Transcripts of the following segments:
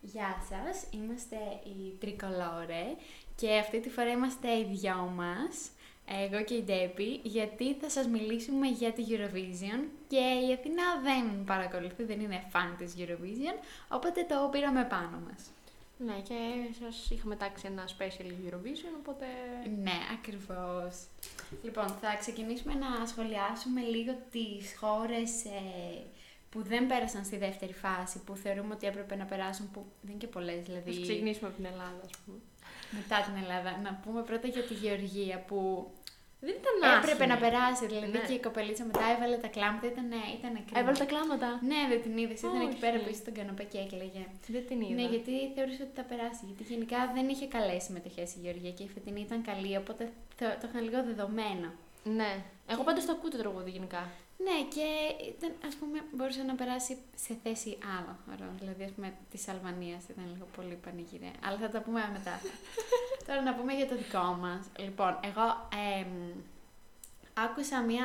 Γεια σας, είμαστε οι Τρικολόρε και αυτή τη φορά είμαστε οι δυο μας, εγώ και η Ντέπη, γιατί θα σας μιλήσουμε για τη Eurovision και η Αθηνά δεν παρακολουθεί, δεν είναι φαν της Eurovision, οπότε το πήραμε πάνω μας. Ναι, και σας είχαμε τάξει ένα special Eurovision, οπότε. Ναι, ακριβώς. Λοιπόν, θα ξεκινήσουμε να σχολιάσουμε λίγο τις χώρες ε, που δεν πέρασαν στη δεύτερη φάση, που θεωρούμε ότι έπρεπε να περάσουν, που δεν είναι και πολλές δηλαδή. Ας ξεκινήσουμε από την Ελλάδα, ας πούμε. Μετά την Ελλάδα, να πούμε πρώτα για τη Γεωργία που Δεν ήταν έπρεπε άσχημη. να περάσει. Δηλαδή Ναι. και η κοπελίτσα μετά έβαλε τα κλάματα, ήταν, ήταν κρίμα. Έβαλε Ε, τα κλάματα. Ναι, δεν την είδες. Ήταν εκεί Όχι. πέρα πίσω στον καναπέ και έκλαιγε. Δεν την είδα. Ναι, γιατί θεώρησε ότι θα περάσει. Γιατί γενικά δεν είχε καλές συμμετοχές η Γεωργία και η φετινή ήταν καλή, οπότε θεω- το είχαν λίγο δεδομένο. Ναι. Εγώ πάντως το ακούω το τραγούδι γενικά. Ναι, και ήταν, ας πούμε, μπορούσε να περάσει σε θέση άλλων χωρών. Δηλαδή, ας πούμε, της Αλβανίας ήταν λίγο πολύ πανηγυρία. Αλλά θα τα πούμε μετά. Τώρα να πούμε για το δικό μας. Λοιπόν, εγώ εμ, άκουσα μία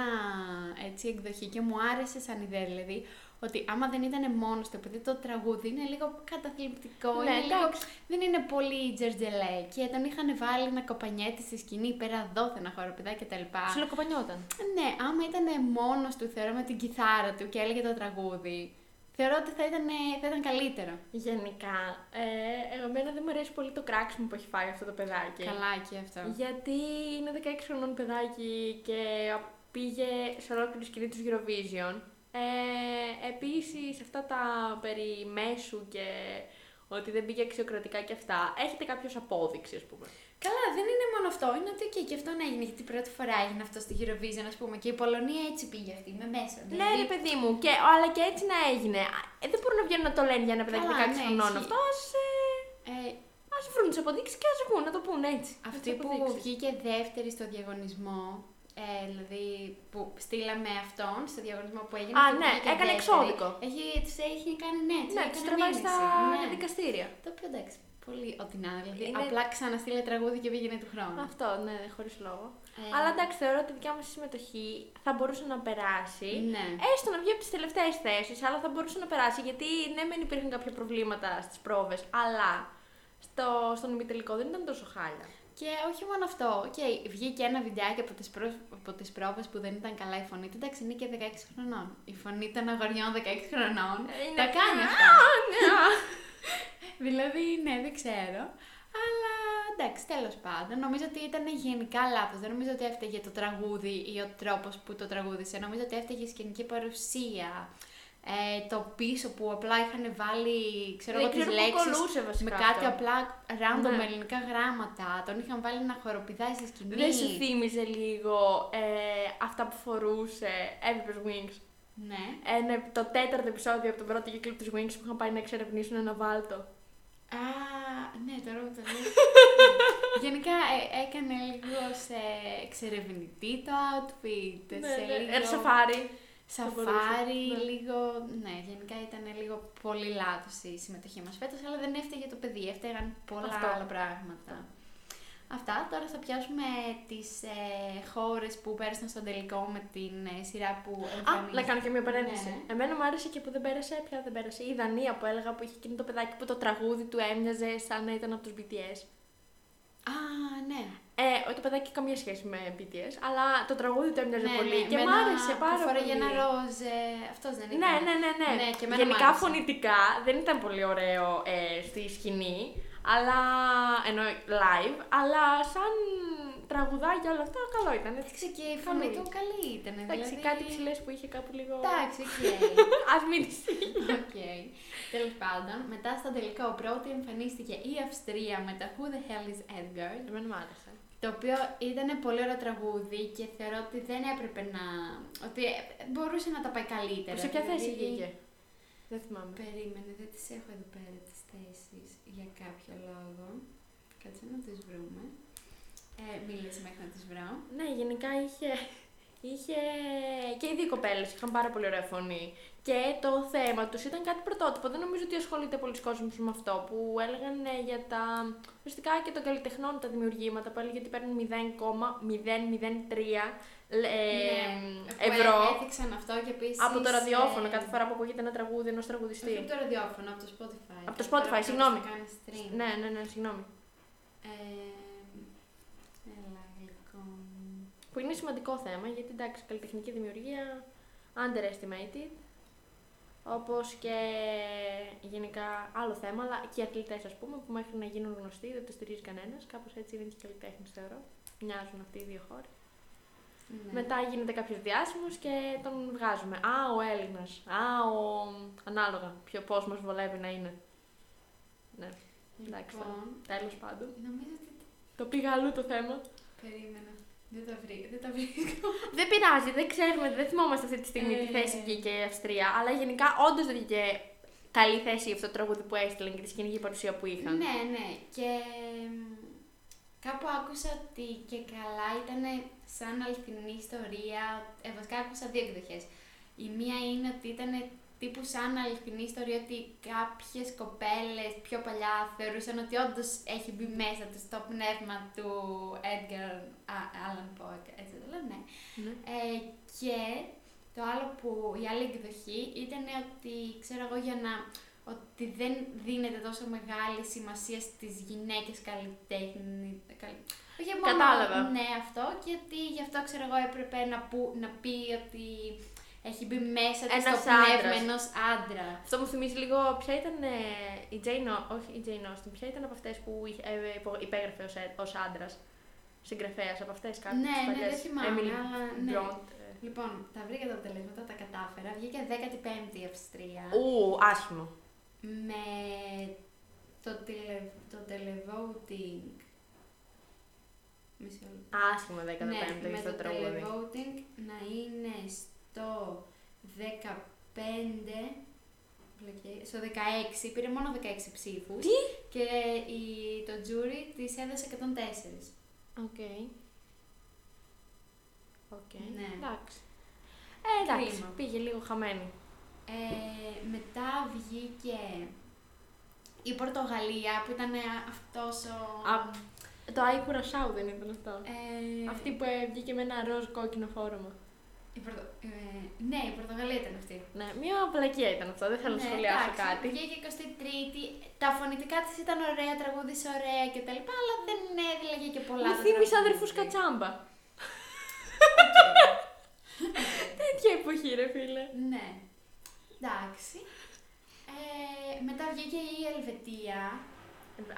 έτσι, εκδοχή και μου άρεσε σαν ιδέα. Δηλαδή, ότι άμα δεν ήταν μόνος του, επειδή το τραγούδι είναι λίγο καταθλιπτικό, Ναι, είναι λίγο εντάξει. δεν είναι πολύ τζερτζελέ. Και τον είχαν βάλει να κοπανιέται στη σκηνή πέρα δόθενα χοροπηδά κτλ. Ψιλοκοπανιόταν. Ναι, άμα ήταν μόνος του, θεωρώ με την κιθάρα του και έλεγε το τραγούδι, θεωρώ ότι θα ήταν, θα ήταν καλύτερο. Γενικά, ε, εγώ εμένα δεν μου αρέσει πολύ το κράξιμο που έχει φάει αυτό το παιδάκι. Καλά και αυτό. Γιατί είναι 16 χρονών παιδάκι και πήγε σε ολόκληρη σκηνή του Eurovision. Ε, επίσης, αυτά τα περί μέσου και ότι δεν πήγε αξιοκρατικά και αυτά, έχετε κάποιος απόδειξη, ας πούμε. Καλά, δεν είναι μόνο αυτό. Είναι ότι και, και αυτό να έγινε. Γιατί πρώτη φορά έγινε αυτό στη Eurovision, ας πούμε. Και η Πολωνία έτσι πήγε αυτή, με μέσα. Δηλαδή, Ναι, ρε παιδί μου, και, αλλά και έτσι να έγινε. Ε, δεν μπορούν να βγαίνουν να το λένε για ένα παιδάκι Καλά, 16 ναι, χρονών. ισχύει. Αυτό ας, ε, Ε, ας βρουν τις αποδείξεις και ας βγουν, να το πούν έτσι. αυτή Τις που αποδείξεις. βγήκε δεύτερη στο διαγωνισμό, ε, δηλαδή που στείλαμε αυτόν στο διαγωνισμό που έγινε. Α, αυτή που ναι, βγήκε έκανε δεύτερη, εξώδικο. Έχει, της έχει κάνει ναι, της Ναι, έκανε του τραβάει στα μήνυση. Ναι. δικαστήρια. Το οποίο εντάξει, πολύ ό,τι να είναι, δηλαδή. Είναι- Απλά ξαναστείλε τραγούδι και πήγαινε του χρόνου. Αυτό, ναι, χωρίς λόγο. Ε, Αλλά εντάξει, θεωρώ ότι η δικιά μας συμμετοχή θα μπορούσε να περάσει. Ναι. Έστω να βγει από τις τελευταίες θέσεις, αλλά θα μπορούσε να περάσει. Γιατί ναι, μεν υπήρχαν κάποια προβλήματα στις πρόβες, αλλά στο, στον ημιτελικό δεν ήταν τόσο χάλια. Και όχι μόνο αυτό. Και βγήκε ένα βιντεάκι από τις, προ... από τις πρόβες που δεν ήταν καλά η φωνή του. Εντάξει, είναι και 16 χρονών. Η φωνή των αγοριών 16 χρονών. Ε, Είναι- Τα κάνει Α, αυτά. ναι. δηλαδή, ναι, δεν ξέρω. Αλλά εντάξει, τέλος πάντων. Νομίζω ότι ήταν γενικά λάθος. Δεν νομίζω ότι έφταιγε το τραγούδι ή ο τρόπος που το τραγούδισε. Νομίζω ότι έφταιγε η σκηνική παρουσία. Ε, το πίσω που απλά είχαν βάλει, ξέρω εγώ, Δεν τις Ε, ξέρω πού λέξεις κολούσε με βασικά. κάτι αυτό. απλά random Ναι. ελληνικά γράμματα. Τον είχαν βάλει να χοροπηδάει στη σκηνή. Δεν σου θύμιζε λίγο ε, αυτά που φορούσε Elvis Wings. Ναι. Ένα, το τέταρτο επεισόδιο από τον πρώτο κύκλο της Wings που είχαν πάει να εξερευνήσουν ένα βάλτο. Α, ναι, τώρα που το λες. Γενικά ε, έκανε λίγο σε εξερευνητή το outfit. Ναι, σε λίγο Ένα σαφάρι. σαφάρι, μπορούσε, ναι. λίγο... Ναι, γενικά ήταν λίγο πολύ λάθος η συμμετοχή μας φέτος, αλλά δεν έφταιγε το παιδί, έφταιγαν πολλά Αυτό. άλλα πράγματα. Αυτά, τώρα θα πιάσουμε τις ε, χώρες που πέρασαν στον τελικό με την ε, σειρά που Α, εμφανίστηκε. να κάνω και μια παρένθεση. Ναι. Εμένα μου άρεσε και που δεν πέρασε, πια δεν πέρασε. Η Δανία που έλεγα που είχε εκείνο το παιδάκι που το τραγούδι του έμοιαζε σαν να ήταν από τους BTS. Α, ναι. Ε, όχι το παιδάκι καμία σχέση με BTS, αλλά το τραγούδι του έμοιαζε ναι, πολύ ναι, και με μου ένα άρεσε που πάρα πολύ. Φοράγε ένα ροζ, ε, αυτός δεν Ναι, ήταν. ναι, ναι, ναι. Ναι, και εμένα μου Γενικά άρεσε. φωνητικά δεν ήταν πολύ ωραίο ε, στη σκηνή, αλλά ενώ live, αλλά σαν τραγουδάκι όλα αυτά καλό ήταν. έτσι. Εντάξει, και η φωνή Καλή. του καλή ήταν. Εντάξει, δηλαδή... κάτι ψηλές που είχε κάπου λίγο. Εντάξει, οκ. Ας μην τις Οκ. Τέλος πάντων, μετά στον τελικό πρώτη εμφανίστηκε η Αυστρία με το Who the Hell is Edgar. Εμένα μου άρεσε. Το οποίο ήταν πολύ ωραίο τραγούδι και θεωρώ ότι δεν έπρεπε να. ότι ε, μπορούσε να τα πάει καλύτερα. Σε ποια θέση Δηλαδή, βγήκε. ε, Δεν θυμάμαι. Περίμενε, δεν τις έχω εδώ πέρα τις θέσεις για κάποιο λόγο. Κάτσε να τις βρούμε. Ε, μίλησε μέχρι να τις βρω. Ναι, γενικά είχε. Είχε και οι δύο κοπέλες είχαν πάρα πολύ ωραία φωνή. Και το θέμα τους ήταν κάτι πρωτότυπο. Δεν νομίζω ότι ασχολείται πολλοί κόσμοι με αυτό. Που έλεγαν ε, για τα. ουσιαστικά και των καλλιτεχνών τα δημιουργήματα. Που έλεγε ότι παίρνουν 0,003 λε- ε, Ναι, ευρώ Έδειξαν αυτό και επίσης. από το ραδιόφωνο κάθε φορά που ακούγεται ένα τραγούδι ενός τραγουδιστή. από το ραδιόφωνο, από το Spotify. Από το Κάθε φορά Spotify, που συγγνώμη. κάνεις το Κάνεις stream. Ναι, ναι, ναι, συγγνώμη. Ε, έλα, γλυκό μου. Που είναι σημαντικό θέμα γιατί εντάξει, καλλιτεχνική δημιουργία underestimated. Όπως και γενικά άλλο θέμα, αλλά και οι αθλητές, ας πούμε, που μέχρι να γίνουν γνωστοί δεν το στηρίζει κανένας. Κάπως έτσι είναι και οι καλλιτέχνες, θεωρώ. Μοιάζουν αυτοί οι δύο χώροι. Ναι. Μετά γίνεται κάποιος διάσημος και τον βγάζουμε. Α, ο Έλληνας. Α, ο. Ανάλογα. Ποιο πώ μα βολεύει να είναι. Ναι, εντάξει, Λοιπόν, τέλος πάντων. Νομίζω ότι Το πήγα αλλού το θέμα. περίμενα. Δεν τα βρήκα. Δεν τα βρήκα. Δεν πειράζει, δεν ξέρουμε, δεν θυμόμαστε αυτή τη στιγμή Ε. τη θέση που βγήκε η Αυστρία. Αλλά γενικά όντως δεν βγήκε καλή θέση αυτό το τραγούδι που έστειλαν και τη σκηνική παρουσία που είχαν. ναι, ναι. Και μ, κάπου άκουσα ότι και καλά ήταν σαν αληθινή ιστορία. Ε, βασικά άκουσα δύο εκδοχές. Η μία είναι ότι ήταν τύπου σαν αληθινή ιστορία ότι κάποιες κοπέλες πιο παλιά θεωρούσαν ότι όντως έχει μπει μέσα τους το πνεύμα του Edgar Α- Allan Poe. Έτσι δεν λέω, ναι. Ναι. Ε, και το άλλο που, η άλλη εκδοχή ήταν ότι, ξέρω εγώ, για να ότι δεν δίνεται τόσο μεγάλη σημασία στις γυναίκες καλλιτέχνη. Καλ- Όχι μόνο, Κατάλαβα. Ναι, αυτό και ότι γι' αυτό ξέρω εγώ έπρεπε να, που, να πει ότι έχει μπει μέσα της Ένας το πνεύμα άντρας. ενός άντρα. Αυτό μου θυμίζει λίγο ποια ήταν ε, η Jane, Au- όχι η Jane Austen, ποια ήταν από αυτές που είχε- ε, υπο- υπέγραφε ως άντρας. Συγγραφέας από αυτές κάτι. Ναι, ναι, δεν θυμάμαι, αλλά ναι. Μπροντ. Λοιπόν, τα βρήκα τα αποτελέσματα, τα κατάφερα. Βγήκε 15η η Αυστρία. Ου, άσχημο. με το, τελε, το televoting. Μισό λεπτό. Άσχημο 15 ναι, με στο το τραγούδι. televoting να είναι στο 15. μπλοκέ- Στο 16, πήρε μόνο 16 ψήφους Τι? Και η, το jury της έδωσε 104. Οκ. Οκ. Ναι. Εντάξει. Ε, εντάξει, Κρίμα. πήγε λίγο χαμένη. Ε, μετά βγήκε η Πορτογαλία που ήταν αυτός ο... Α, Το Άι Κουρασάου δεν ήταν αυτό. ε, Αυτή που ε, βγήκε με ένα ροζ κόκκινο φόρομα. η Πορτο- ε, ναι, η Πορτογαλία ήταν αυτή. Ναι, μία βλακεία ήταν αυτό, δεν θέλω να Ναι, σχολιάσω εντάξει, κάτι. Βγήκε 23η. Τα φωνητικά της ήταν ωραία, τραγούδισε ωραία κτλ. Αλλά δεν έδιλαγε και πολλά. Μου το θύμισε τραγούδι. αδερφούς Κατσάμπα. Τέτοια εποχή, ρε φίλε. Ναι. Εντάξει. Ε, μετά βγήκε η Ελβετία.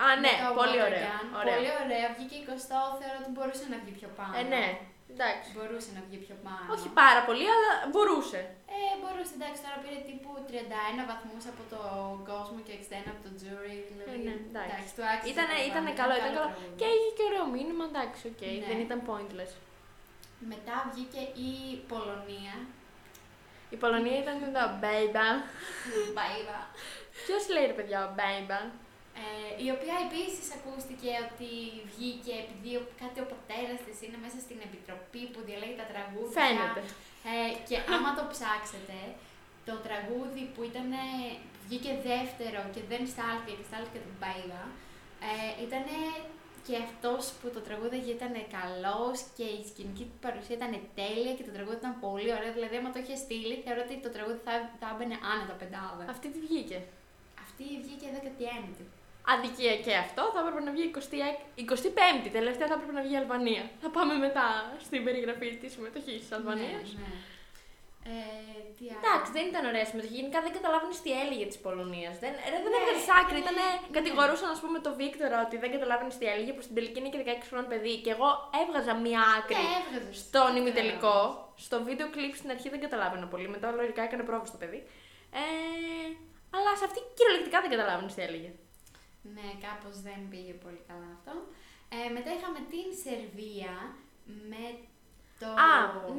Α, ναι, με το πολύ Watergun. ωραία. ωραία. Πολύ ωραία. Βγήκε 20ο, θεωρώ ότι μπορούσε να βγει πιο πάνω. Ε, ναι, εντάξει. Μπορούσε να βγει πιο πάνω. Όχι πάρα πολύ, αλλά μπορούσε. Ε, μπορούσε, εντάξει, τώρα πήρε τύπου 31 βαθμούς από τον κόσμο και 61 από το jury. Δηλαδή, Ε, ναι, εντάξει. του άξιζε Ήτανε- το ήτανε πάνε. καλό, ήταν καλό. τραγούδι. Και είχε και ωραίο μήνυμα, εντάξει, οκ. Ναι. Δεν ήταν pointless. Μετά βγήκε η Πολωνία. Η Πολωνία ήταν το baby. Μπαϊβα. Ποιος λέει ρε παιδιά, baby. Ε, η οποία επίσης ακούστηκε ότι βγήκε επειδή ο- κάτι ο πατέρας της είναι μέσα στην επιτροπή που διαλέγει τα τραγούδια. Φαίνεται. Ε, και άμα το ψάξετε, το τραγούδι που ήταν, βγήκε δεύτερο και δεν στάλθηκε και στάλθηκε την Μπαϊβα, ε, ήταν και αυτός που το τραγούδαγε ήταν καλός και η σκηνική του παρουσία ήταν τέλεια και το τραγούδι ήταν πολύ ωραίο. Δηλαδή, άμα το είχε στείλει, θεωρώ ότι το τραγούδι θα, θα έμπαινε άνετα πεντάδα. Αυτή τη βγήκε. Αυτή βγήκε 19η. Αδικία και αυτό, θα έπρεπε να βγει 26 25η, τελευταία θα έπρεπε να βγει η Αλβανία. Θα πάμε μετά στην περιγραφή της συμμετοχής της Αλβανίας. Ναι, ναι. Ε, τι άλλο. Εντάξει, δεν ήταν ωραία συμμετοχή. Γενικά δεν καταλάβαινες τι έλεγε της Πολωνίας. Δεν, ρε, δεν Ναι, έβγαλε άκρη. ναι, Ήτανε, ναι. Κατηγορούσαν, ας πούμε, το Βίκτορα ότι δεν καταλάβαινες τι έλεγε, που στην τελική είναι και 16 χρόνων παιδί. Και εγώ έβγαζα μία άκρη Ναι, έβγαζες. στον ημιτελικό. Στο βίντεο κλειπ στην αρχή δεν καταλάβαινα πολύ. Μετά λογικά έκανε πρόβα στο παιδί. Ε, αλλά σε αυτή κυριολεκτικά δεν καταλάβαινες τι έλεγε. Ναι, κάπως δεν πήγε πολύ καλά αυτό. Ε, μετά είχαμε την Σερβία με το. Α,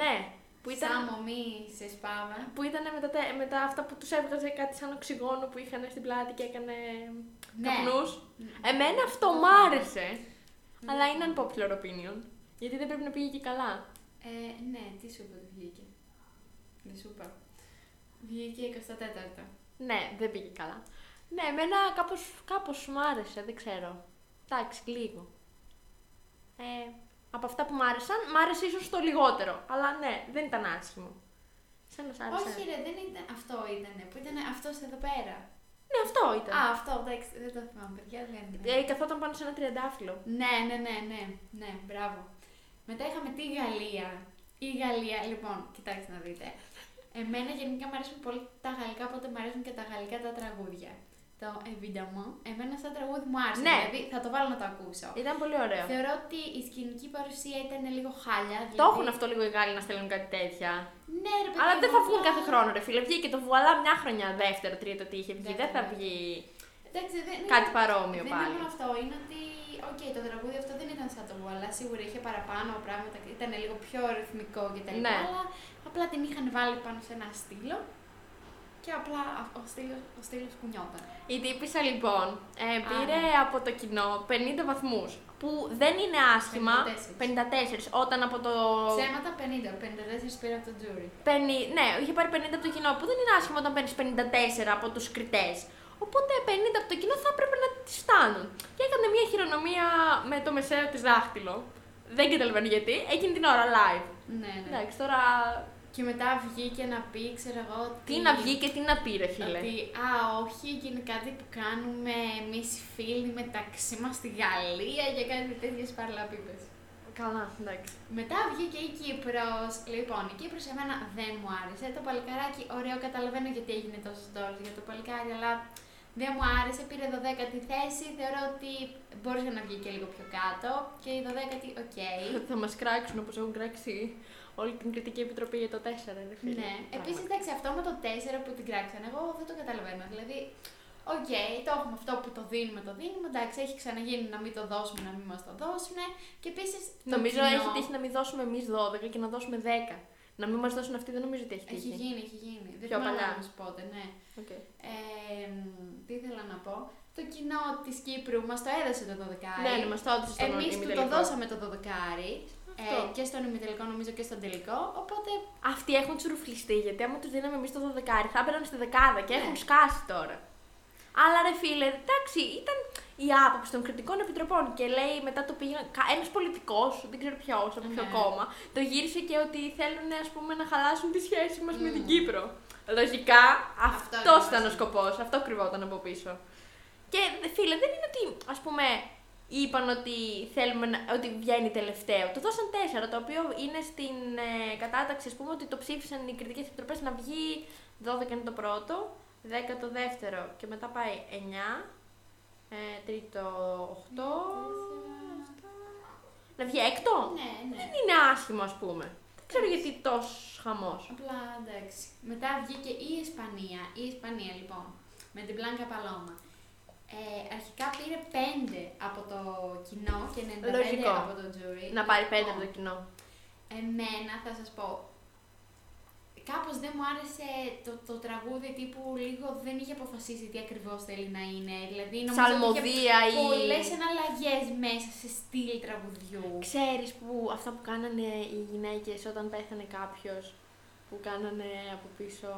ναι. Που ήταν, Σάμο μη σε σπάβα. που ήταν με, τα, τε- με τα αυτά που τους έβγαζε κάτι σαν οξυγόνο που είχαν στην πλάτη και έκανε Ναι. καπνούς. Εμένα αυτό μ' άρεσε. Αλλά είναι unpopular opinion. Γιατί δεν πρέπει να πήγε και καλά. Ε, ναι, τι σούπα του βγήκε. Δεν σούπα. Βγήκε 24ο. Ναι, δεν πήγε καλά. Ναι, εμένα κάπως, κάπως μ' άρεσε, δεν ξέρω. Εντάξει, λίγο. Ε, από αυτά που μ' άρεσαν, μ' άρεσε ίσως το λιγότερο. Αλλά ναι, δεν ήταν άσχημο. Σαν να σ' άρεσε. Όχι, ρε, δεν ήταν. Αυτό ήταν. Που ήταν αυτός εδώ πέρα. Ναι, αυτό ήταν. Α, αυτό, εντάξει, δεν το θυμάμαι, παιδιά. Δεν... Ε, καθόταν πάνω σε ένα τριαντάφυλλο. Ναι, ναι, ναι, ναι, ναι, μπράβο. Μετά είχαμε τη Γαλλία. Η Γαλλία, λοιπόν, κοιτάξτε να δείτε. Εμένα γενικά μου αρέσουν πολύ τα γαλλικά, οπότε μου αρέσουν και τα γαλλικά τα τραγούδια. Το Evidemment, εμένα σαν τραγούδι μου άρεσε. Ναι. Δηλαδή θα το βάλω να το ακούσω. Ήταν πολύ ωραίο. Θεωρώ ότι η σκηνική παρουσία ήταν λίγο χάλια. Δηλαδή... Το έχουν αυτό λίγο οι Γάλλοι να στέλνουν κάτι τέτοια. Ναι, ρε, παιδί Αλλά δεν μου, θα βγουν απλά- κάθε χρόνο, ρε φίλε. Βγήκε το βουαλά μια χρονιά, δεύτερο, τρίτο τι είχε βγει. Δεν Δεν θα θυμάμαι. βγει Εντάξει, δεν είναι- κάτι παρόμοιο Δεν πάλι. είναι μόνο αυτό, είναι ότι οκ, το τραγούδι αυτό δεν ήταν σαν το Wall, αλλά σίγουρα είχε παραπάνω πράγματα, ήταν λίγο πιο ρυθμικό κτλ. Ναι. Αλλά απλά την είχαν βάλει πάνω σε ένα στήλο και απλά α- ο στήλος, ο στήλος κουνιόταν. Η τύπησα λοιπόν ε, πήρε ναι. από το κοινό 50 βαθμούς που δεν είναι άσχημα 54. 54, όταν από το... Ψέματα 50, 54 πήρα από το jury. 50, ναι, είχε πάρει 50 από το κοινό που δεν είναι άσχημα όταν παίρνεις 54 από τους κριτές. Οπότε 50 από το κοινό θα έπρεπε να τις φτάνουν. Και έκανε μια χειρονομία με το μεσαίο της δάχτυλο. Δεν καταλαβαίνω γιατί, εκείνη την ώρα live. Ναι, ναι. Εντάξει, τώρα Και μετά βγήκε να πει, ξέρω εγώ, τι να βγει και τι να πει ρε φίλε. Ότι, α, όχι, και είναι κάτι που κάνουμε εμείς φίλοι μεταξύ μας στη Γαλλία για κάτι τέτοιες παραλαπίπες. Καλά, εντάξει. Μετά βγήκε η Κύπρος. Λοιπόν, η Κύπρος εμένα δεν μου άρεσε. Το παλικάράκι, ωραίο, καταλαβαίνω γιατί έγινε τόσο τώρα για το παλικάρι, αλλά δεν μου άρεσε. Πήρε 12η θέση. Θεωρώ ότι μπορούσε να βγει και λίγο πιο κάτω. Και η 12η, οκ. Θα μας κράξουν όπως έχουν κράξει όλη την κριτική επιτροπή για το 4, ρε φίλε. Ναι. Επίση, Πράγματι. εντάξει, αυτό με το 4 που την κράξανε, εγώ δεν το καταλαβαίνω. Δηλαδή, οκ, το έχουμε αυτό που το δίνουμε, το δίνουμε. Εντάξει, έχει ξαναγίνει να μην το δώσουμε, να μην μας το δώσουν. Και επίσης. Νομίζω έχει τύχει να μην δώσουμε εμείς 12 και να δώσουμε 10. Να μην μας δώσουν αυτοί, δεν νομίζω ότι έχει τύχει. Έχει γίνει, έχει γίνει. Δεν Πιο θυμάμαι παλιά. όμως πότε, ναι. Okay. Ε, μ, τι ήθελα να πω. Το κοινό της Κύπρου μας το έδωσε το 12. Ναι, ναι, μας το έδωσε στον Εμεί του το ημιτελικό. δώσαμε το 12 Αυτό. ε, και στον ημιτελικό νομίζω και στον τελικό. Οπότε Αυτοί έχουν τσουρουφλιστεί γιατί άμα τους δίναμε εμείς το 12 θα έμπαιναν στη δεκάδα και έχουν σκάσει τώρα. Αλλά ρε φίλε, εντάξει, ήταν η άποψη των κριτικών επιτροπών και λέει μετά το πήγαινε ένας πολιτικός, δεν ξέρω ποιος, από ποιο Ναι. κόμμα, το γύρισε και ότι θέλουν ας πούμε, να χαλάσουν τη σχέση μας με Μμμ. την Κύπρο. Λογικά Αυτό αυτός είναι ήταν ο βασικό. σκοπός, αυτό κρυβόταν από πίσω. Και δε- φίλε, δεν είναι ότι ας πούμε είπαν ότι, θέλουμε να, ότι βγαίνει τελευταίο. Το δώσαν τέσσερα, το οποίο είναι στην ε, κατάταξη, ας πούμε, ότι το ψήφισαν οι κριτικές επιτροπές να βγει 12 είναι το πρώτο, 10 το δεύτερο και μετά πάει 9, ε, τρίτο 8, να βγει έκτο. ναι, ναι. Δεν είναι άσχημο, ας πούμε. Δεν ξέρω γιατί τόσο χαμός. Απλά εντάξει. Μετά βγήκε η Ισπανία. Η Ισπανία λοιπόν. Με την Πλάνκα Παλώμα. Ε, αρχικά πήρε 5 από το κοινό και 95 Λογικό. από το jury. Να πάρει πέντε Λοιπόν, από το κοινό. Εμένα θα σας πω, κάπως δεν μου άρεσε το, το τραγούδι τύπου λίγο δεν είχε αποφασίσει τι ακριβώς θέλει να είναι. Δηλαδή νομίζω ότι είχε Σαλμοδία ή... πολλές εναλλαγές μέσα σε στυλ τραγουδιού. Ξέρεις που αυτά που κάνανε οι γυναίκες όταν πέθανε κάποιος που κάνανε από πίσω,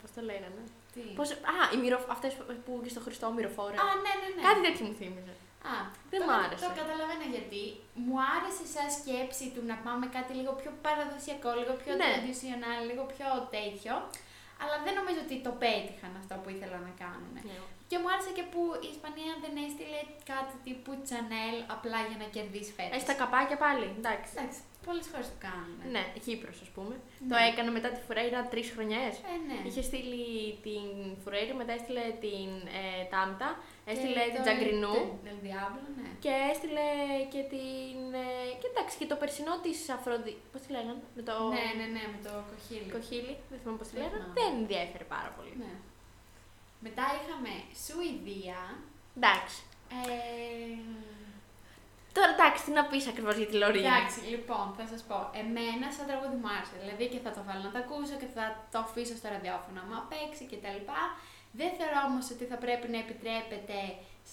πώς το λέγανε. Τι. Πώς, α, οι μυρο, αυτές που και στο Χριστό μυροφόρε. Α, ναι, ναι, ναι. Κάτι τέτοιο μου θύμιζε. Α, δεν το μ' κα- άρεσε. Το καταλαβαίνω γιατί. Μου άρεσε σαν σκέψη του να πάμε κάτι λίγο πιο παραδοσιακό, λίγο πιο Ναι. traditional, λίγο πιο τέτοιο. Αλλά δεν νομίζω ότι το πέτυχαν αυτό που ήθελαν να κάνουν. Και μου άρεσε και που η Ισπανία δεν έστειλε κάτι τύπου Chanel απλά για να κερδίσει φέτος. Έχει τα Ε, καπάκια πάλι, εντάξει. Εντάξει, πολλές χώρες το κάνουν. Ναι, Κύπρος ας πούμε. Ναι. Το έκανε μετά τη Φουρέιρα τρεις χρονιές. Ε, ναι. Είχε στείλει την Φουρέιρα, μετά έστειλε την ε, Τάμτα, Και έστειλε την το- Τζαγκρινού. το- Del Diablo, ναι. Και έστειλε και την. ε, και εντάξει, και το περσινό της Αφροδίτη. Πώς τη λέγανε, με το. Ναι, ναι, ναι, με το κοχύλι. Κοχύλι, δεν θυμάμαι πώς τη Δεν λέγανε. θυμάμαι. Δεν ενδιαφέρει πάρα πολύ. Ναι. Μετά είχαμε Σουηδία. Εντάξει. Ε, Τώρα εντάξει, τι να πεις ακριβώς για τη Λωρίδα. εντάξει, λοιπόν, θα σας πω. Εμένα σαν τραγούδι μου άρεσε. Δηλαδή και θα το βάλω να το ακούσω και θα το αφήσω στο ραδιόφωνο άμα παίξει κτλ. Δεν θεωρώ όμως ότι θα πρέπει να επιτρέπεται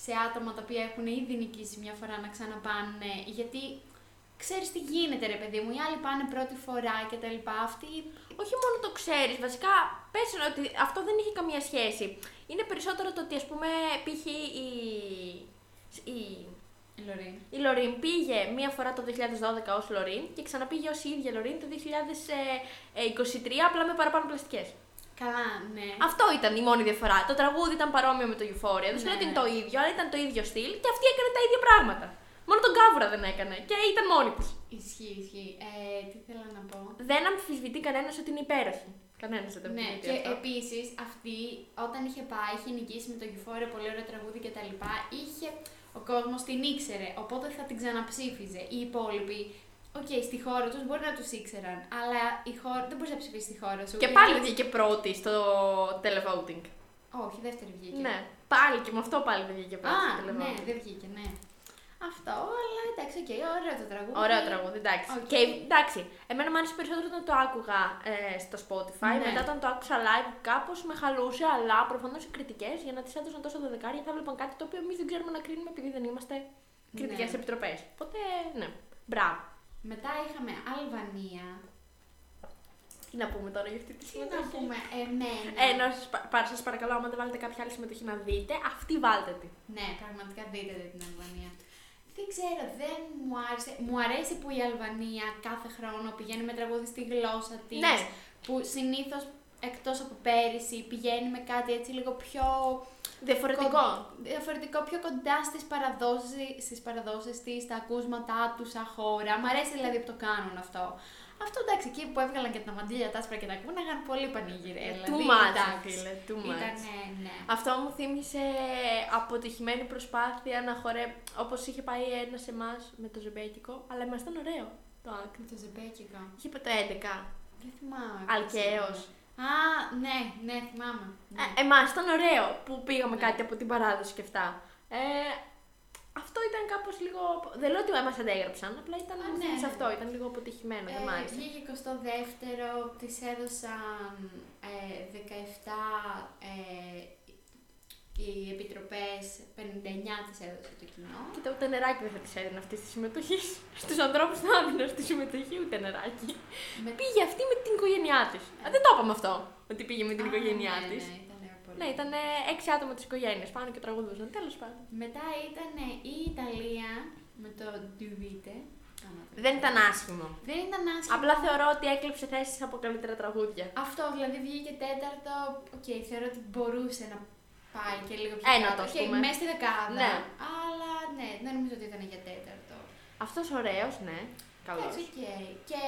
σε άτομα τα οποία έχουν ήδη νικήσει μια φορά να ξαναπάνε, γιατί ξέρεις τι γίνεται, ρε παιδί μου. Οι άλλοι πάνε πρώτη φορά και τα λοιπά. Αυτοί. Όχι μόνο το ξέρεις, βασικά πες ότι αυτό δεν είχε καμία σχέση. Είναι περισσότερο το ότι ας πούμε π.χ. η. η Λωρίν. Η Λωρίν πήγε μία φορά το 2012 ως Λωρίν και ξαναπήγε ως η ίδια Λωρίν το ε, 2023, απλά με παραπάνω πλαστικές. Καλά, ναι. Αυτό ήταν η μόνη διαφορά. Το τραγούδι ήταν παρόμοιο με το Euphoria. Δεν σου λέω ότι Ναι. είναι το ίδιο, αλλά ήταν το ίδιο στυλ και αυτή έκανε τα ίδια πράγματα. Μόνο τον Κάβουρα δεν έκανε και ήταν μόνη της. Ισχύει, ισχύει. Ε, τι θέλω να πω. Δεν αμφισβητεί κανένας ότι είναι υπέροχη. Κανένας δεν το Ναι, αμφισβητεί. και αυτό. επίσης αυτή όταν είχε πάει, είχε νικήσει με το Euphoria πολύ ωραίο τραγούδι κτλ. Είχε, ο κόσμος την ήξερε, οπότε θα την ξαναψήφιζε. Οι υπόλοιποι, οκ, στη χώρα τους μπορεί να τους ήξεραν, αλλά η χώρα, δεν μπορείς να ψηφίσεις στη χώρα σου. Και Είναι- πάλι βγήκε πρώτη στο televoting. Όχι, δεύτερη βγήκε. Ναι. Πάλι και με αυτό πάλι δεν βγήκε Α, πρώτη στο ναι, televoting. δεν βγήκε, ναι. Αυτό, αλλά εντάξει, οκ, ωραίο το τραγούδι. Ωραίο τραγούδι, εντάξει. Οκ. Και εντάξει, εμένα μου άρεσε περισσότερο όταν το άκουγα ε, στο Spotify. Ναι. Μετά όταν το άκουσα live, κάπως με χαλούσε, αλλά προφανώς οι κριτικές για να τις έδωσαν τόσο δεκάρια θα βλέπαν κάτι το οποίο εμείς δεν ξέρουμε να κρίνουμε επειδή δεν είμαστε κριτικέ Ναι. επιτροπές. Οπότε, ναι. Μπράβο. Μετά είχαμε Αλβανία. Τι να πούμε τώρα για αυτή τη Τι να συμμετοχή. πούμε, εμένα. Ε, να σας, πα- πα- σας παρακαλώ, άμα δεν βάλετε κάποια άλλη συμμετοχή να δείτε, αυτή βάλτε τη. Ναι, πραγματικά δείτε τη την Αλβανία. Δεν ξέρω, δεν μου άρεσε. Μου αρέσει που η Αλβανία κάθε χρόνο πηγαίνει με τραγούδι στη γλώσσα της. Ναι. Που συνήθως εκτός από πέρυσι πηγαίνει με κάτι έτσι λίγο πιο Διαφορετικό. κον- διαφορετικό, πιο κοντά στις παραδόσεις, στις παραδόσεις της, στα ακούσματά του σαν χώρα. Μ' αρέσει δηλαδή που το κάνουν αυτό. Αυτό εντάξει, εκεί που έβγαλαν και τα μαντήλια, τα άσπρα και τα κούναγαν, πολύ πανηγύρι. Ε, Too δηλαδή, much, εντάξει. φίλε, too much. Ήταν, ναι. Αυτό μου θύμισε αποτυχημένη προσπάθεια να χορέψει. Όπως είχε πάει ένας σε εμάς με το ζεμπέκικο, αλλά ήμασταν ωραίο το άκρη. Με το ζεμπέκικο. Είχε πει το 11. Δεν θυμάμαι. Αλκαίος. Α, ναι, ναι, θυμάμαι. Ναι. Ε, Εμάς ήταν ωραίο που πήγαμε Ναι. κάτι από την παράδοση και αυτά. Ε, αυτό ήταν κάπως λίγο. Δεν λέω ότι μας αντέγραψαν, απλά ήταν. Α, μου ναι. θύμισε αυτό, ήταν λίγο αποτυχημένο, δεν μ' Ε, άρεσε. βγήκε 22ο, τη έδωσαν ε, 17 ε, οι επιτροπές, 59 της έδωσε το κοινό. Κοίτα, ούτε νεράκι δεν θα τη έδινε αυτής της συμμετοχής. Στους ανθρώπους δεν έδινε αυτή τη συμμετοχή, ούτε νεράκι. Με Πήγε αυτή με την οικογένειά της. Δεν το είπαμε αυτό, ότι πήγε με την Α, οικογένειά ναι, της. Ναι, ήταν πολύ. Ναι, ήταν έξι άτομα της οικογένειας πάνω και τραγουδούσαν. Τέλος πάντων. Μετά ήταν η Ιταλία με το Duvite. Δεν ήταν άσχημο. Δεν ήταν άσχημο. Απλά θεωρώ ότι έκλεψε θέσεις από καλύτερα τραγούδια. Αυτό δηλαδή βγήκε τέταρτο. Οκ, θεωρώ ότι μπορούσε να πάει και λίγο πιο Ένατο, κάτω. ας Οκ, πούμε. μέσα στη δεκάδα. Ναι. Αλλά ναι, δεν νομίζω ότι ήταν για τέταρτο. Αυτός ωραίος, ναι. Καλό. Εντάξει, οκ. Και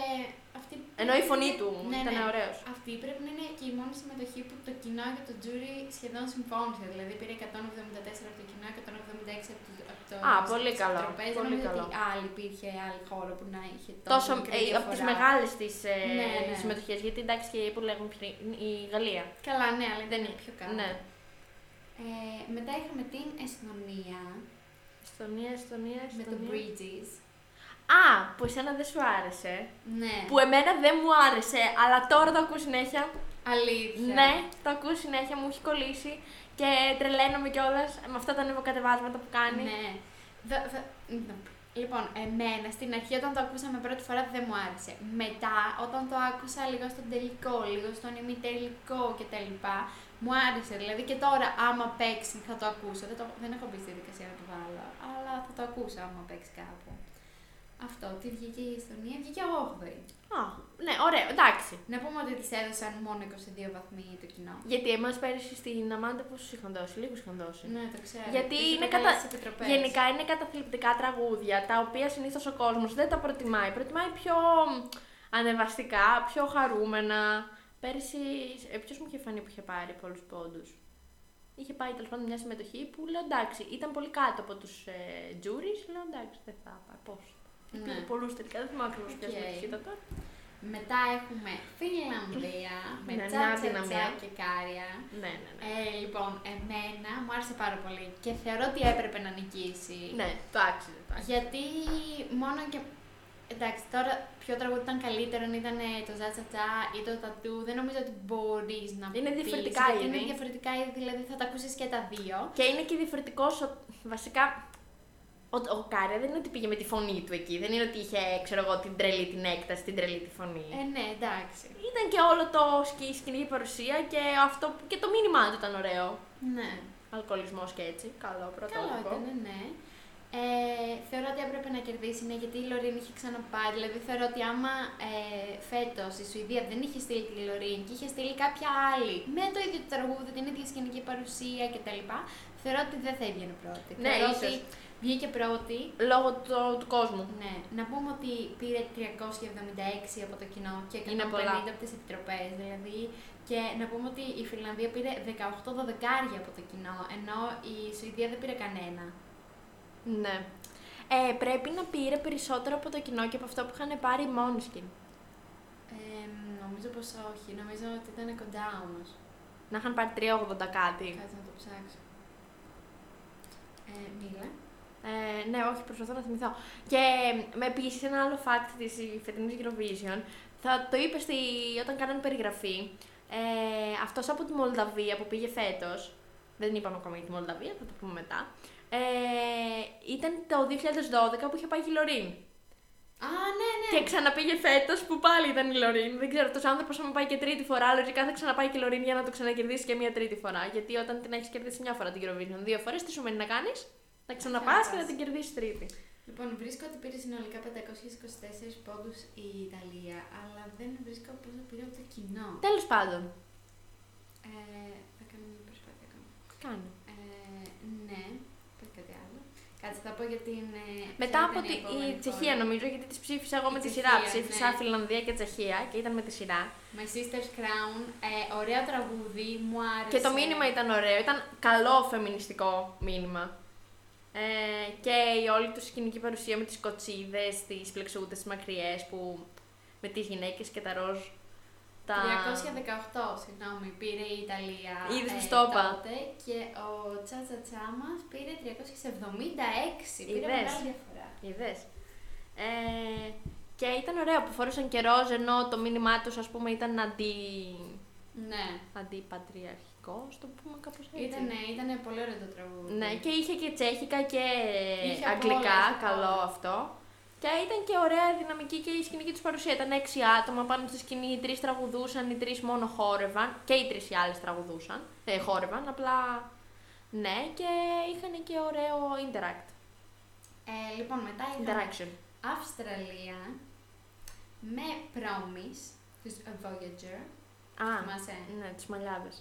αυτή. Ενώ η φωνή του Ναι, ήταν ναι. ωραίος. Αυτή πρέπει να είναι και η μόνη συμμετοχή που το κοινό και το τζούρι σχεδόν συμφώνησε. Δηλαδή πήρε 174 από το κοινό, 176 από το, από το Α, πολύ στις καλό, επιτροπές. πολύ Νομίζω καλό. ότι άλλη υπήρχε άλλη χώρο που να είχε τόσο. Τόσο μικρή ε, από τις διαφορά. μεγάλες της ε, Ναι, ναι. συμμετοχές. Γιατί εντάξει και που λέγουν πριν, η Γαλλία. Καλά, ναι, αλλά Δεν δεν είναι. είναι πιο κάτω. Ναι. Ε, μετά είχαμε την Εσθονία Εστονία, Εστονία, με το Εστονία. Bridges. Α, που εσένα δεν σου άρεσε. Ναι. Που εμένα δεν μου άρεσε, αλλά τώρα το ακούω συνέχεια. Αλήθεια. Ναι, το ακούω συνέχεια, μου έχει κολλήσει και τρελαίνομαι κιόλας με αυτά τα νεβοκατεβάσματα που κάνει. Ναι. Δο- δο- νο. Λοιπόν, εμένα στην αρχή όταν το ακούσαμε πρώτη φορά δεν μου άρεσε. Μετά, όταν το άκουσα λίγο στον τελικό, λίγο στον ημιτελικό κτλ. Μου άρεσε. Δηλαδή και τώρα, άμα παίξει, θα το ακούσω. Δεν, το, δεν έχω μπει στη διαδικασία να το βάλω. Αλλά θα το ακούσω άμα παίξει κάπου. Αυτό. Τι βγήκε η Εστονία, βγήκε 8η. Α, ναι, ωραίο, εντάξει. Να πούμε ότι της έδωσαν μόνο 22 βαθμοί το κοινό. Γιατί εμάς πέρυσι στην Αμάντα πόσους είχαν δώσει, λίγους είχαν δώσει. Ναι, το ξέρω. Γιατί Τις είναι επικαλέσεις κατα- στις επιτροπές. Γενικά είναι καταθλιπτικά τραγούδια τα οποία συνήθως ο κόσμος δεν τα προτιμάει. Προτιμάει πιο ανεβαστικά, πιο χαρούμενα. Πέρυσι, ε, ποιος μου είχε φανεί που είχε πάρει πολλούς πόντους. Είχε πάει τέλος πάντων μια συμμετοχή που λέω εντάξει, ήταν πολύ κάτω από τους ε, juries. Λέω εντάξει, δεν θα πάρει. Πώς. Ναι. Πήγε πολλούς τελικά, δεν θυμάμαι ακριβώς ποια Οκ. συμμετοχή ήταν τώρα. Μετά έχουμε Φιλανδία με Ναι, μια δυναμία. τσάτσα και κάρια. Ναι, ναι, ναι. Ε, λοιπόν, εμένα μου άρεσε πάρα πολύ και θεωρώ ότι έπρεπε να νικήσει. Ναι, το άξιζε. Το άξιζε. Γιατί μόνο και. Εντάξει, τώρα ποιο τραγούδι ήταν καλύτερο, αν ήταν ε, το Ζα Τσα Τσα ή το Τατού, δεν νομίζω ότι μπορείς να Είναι πεις, διαφορετικά γιατί είδη. Είναι διαφορετικά είδη, δηλαδή θα τα ακούσεις και τα δύο. Και είναι και διαφορετικό. Βασικά, ο, ο Κάρια δεν είναι ότι πήγε με τη φωνή του εκεί. Δεν είναι ότι είχε, ξέρω εγώ, την τρελή την έκταση, την τρελή τη φωνή. Ε, ναι, εντάξει. Ήταν και όλο το σκι, η σκηνή παρουσία και, αυτό, που- και το μήνυμά του ήταν ωραίο. Ναι. Αλκοολισμός και έτσι. Καλό Καλό πρωτότυπο. ήταν, ναι. Ε, θεωρώ ότι έπρεπε να κερδίσει, ναι, γιατί η Λωρίν είχε ξαναπάει. Δηλαδή, θεωρώ ότι άμα ε, φέτος η Σουηδία δεν είχε στείλει τη Λωρίν και είχε στείλει κάποια άλλη με το ίδιο το τραγούδι, την ίδια σκηνική παρουσία κτλ., θεωρώ ότι δεν θα έβγαινε πρώτη. Ναι, θεωρώ ίσως. ότι βγήκε πρώτη. Λόγω του, του κόσμου. Ναι, να πούμε ότι πήρε 376 από το κοινό και Είναι 150 πολλά. από τις επιτροπές, δηλαδή. Και να πούμε ότι η Φιλανδία πήρε 18 δωδεκάρια από το κοινό, ενώ η Σουηδία δεν πήρε κανένα. Ναι. Ε, πρέπει να πήρε περισσότερο από το κοινό και από αυτό που είχαν πάρει οι Måneskin. Ε, νομίζω πως όχι. Νομίζω ότι ήταν κοντά όμως. Να είχαν πάρει 3,80 κάτι. Κάτσε να το ψάξω. Ε, μίλα. Ε, ναι, όχι, προσπαθώ να θυμηθώ. Και με επίση ένα άλλο fact της φετινής Eurovision. Θα το είπες στη, όταν κάνανε περιγραφή. Ε, Αυτός από τη Μολδαβία που πήγε φέτος. Δεν είπαμε ακόμα για τη Μολδαβία, θα το πούμε μετά. Ε, ήταν το 2012 που είχε πάει η Λωρίν. Α, ναι, ναι. Και ξαναπήγε φέτος που πάλι ήταν η Λωρίν. Δεν ξέρω, αυτός άνθρωπος άμα πάει και τρίτη φορά, λογικά θα ξαναπάει και η Λωρίν για να το ξανακερδίσει και μία τρίτη φορά. Γιατί όταν την έχεις κερδίσει μια φορά την Eurovision, δύο φορές, τι σου μένει να κάνεις, να ξαναπάς και να την κερδίσει τρίτη. Λοιπόν, βρίσκω ότι πήρε συνολικά 524 πόντους η Ιταλία, αλλά δεν βρίσκω πόσο πήρε από το κοινό. Τέλος πάντων. Ε, θα κάνω μια προσπάθεια ακόμα. Κάνω. Ε, ναι, υπάρχει κάτι άλλο. Κάτσε, θα πω για την. ε, Μετά ποια από ήταν τη επόμενη η Τσεχία, χώρα. νομίζω, γιατί τις ψήφισα εγώ Η με τη Τσεχία, σειρά. Ψήφισα ναι. Φιλανδία και Τσεχία και ήταν με τη σειρά. My Sister's Crown, ε, ωραίο τραγούδι, μου άρεσε. Και το μήνυμα ήταν ωραίο, ήταν καλό φεμινιστικό μήνυμα. Ε, και η όλη του σκηνική παρουσία με τις κοτσίδες, τις πλεξούδες, τις μακριές που με τις γυναίκες και τα ροζ. Τα... 318, συγγνώμη, πήρε η Ιταλία. ε, Είδες που στο είπα. τότε και ο Τσάτσα Τσά μας πήρε 376. Πήρε Είδες. μεγάλη διαφορά. Είδες. Ε, και ήταν ωραία που φορούσαν και ροζ, ενώ το μήνυμά τους ας πούμε ήταν αντι... Ναι. αντιπατριαρχικό, στο πούμε κάπως έτσι. Ήτανε, ήτανε πολύ ωραίο το τραγούδι. Ναι, και είχε και τσέχικα και Είχε απ' όλα, αγγλικά, είχε απ' καλό όλα. αυτό. Και ήταν και ωραία δυναμική και η σκηνική τους παρουσία. Ήταν έξι άτομα πάνω στη σκηνή, οι τρεις τραγουδούσαν, οι τρεις μόνο χόρευαν. Και οι τρεις οι άλλες τραγουδούσαν. Ε, χόρευαν, απλά. Ναι, και είχαν και ωραίο interact. Ε, λοιπόν, μετά είχαμε Interaction. Αυστραλία με Promise, τους Voyager. Α, Θυμάσαι. ναι, τις μαλλιάδες.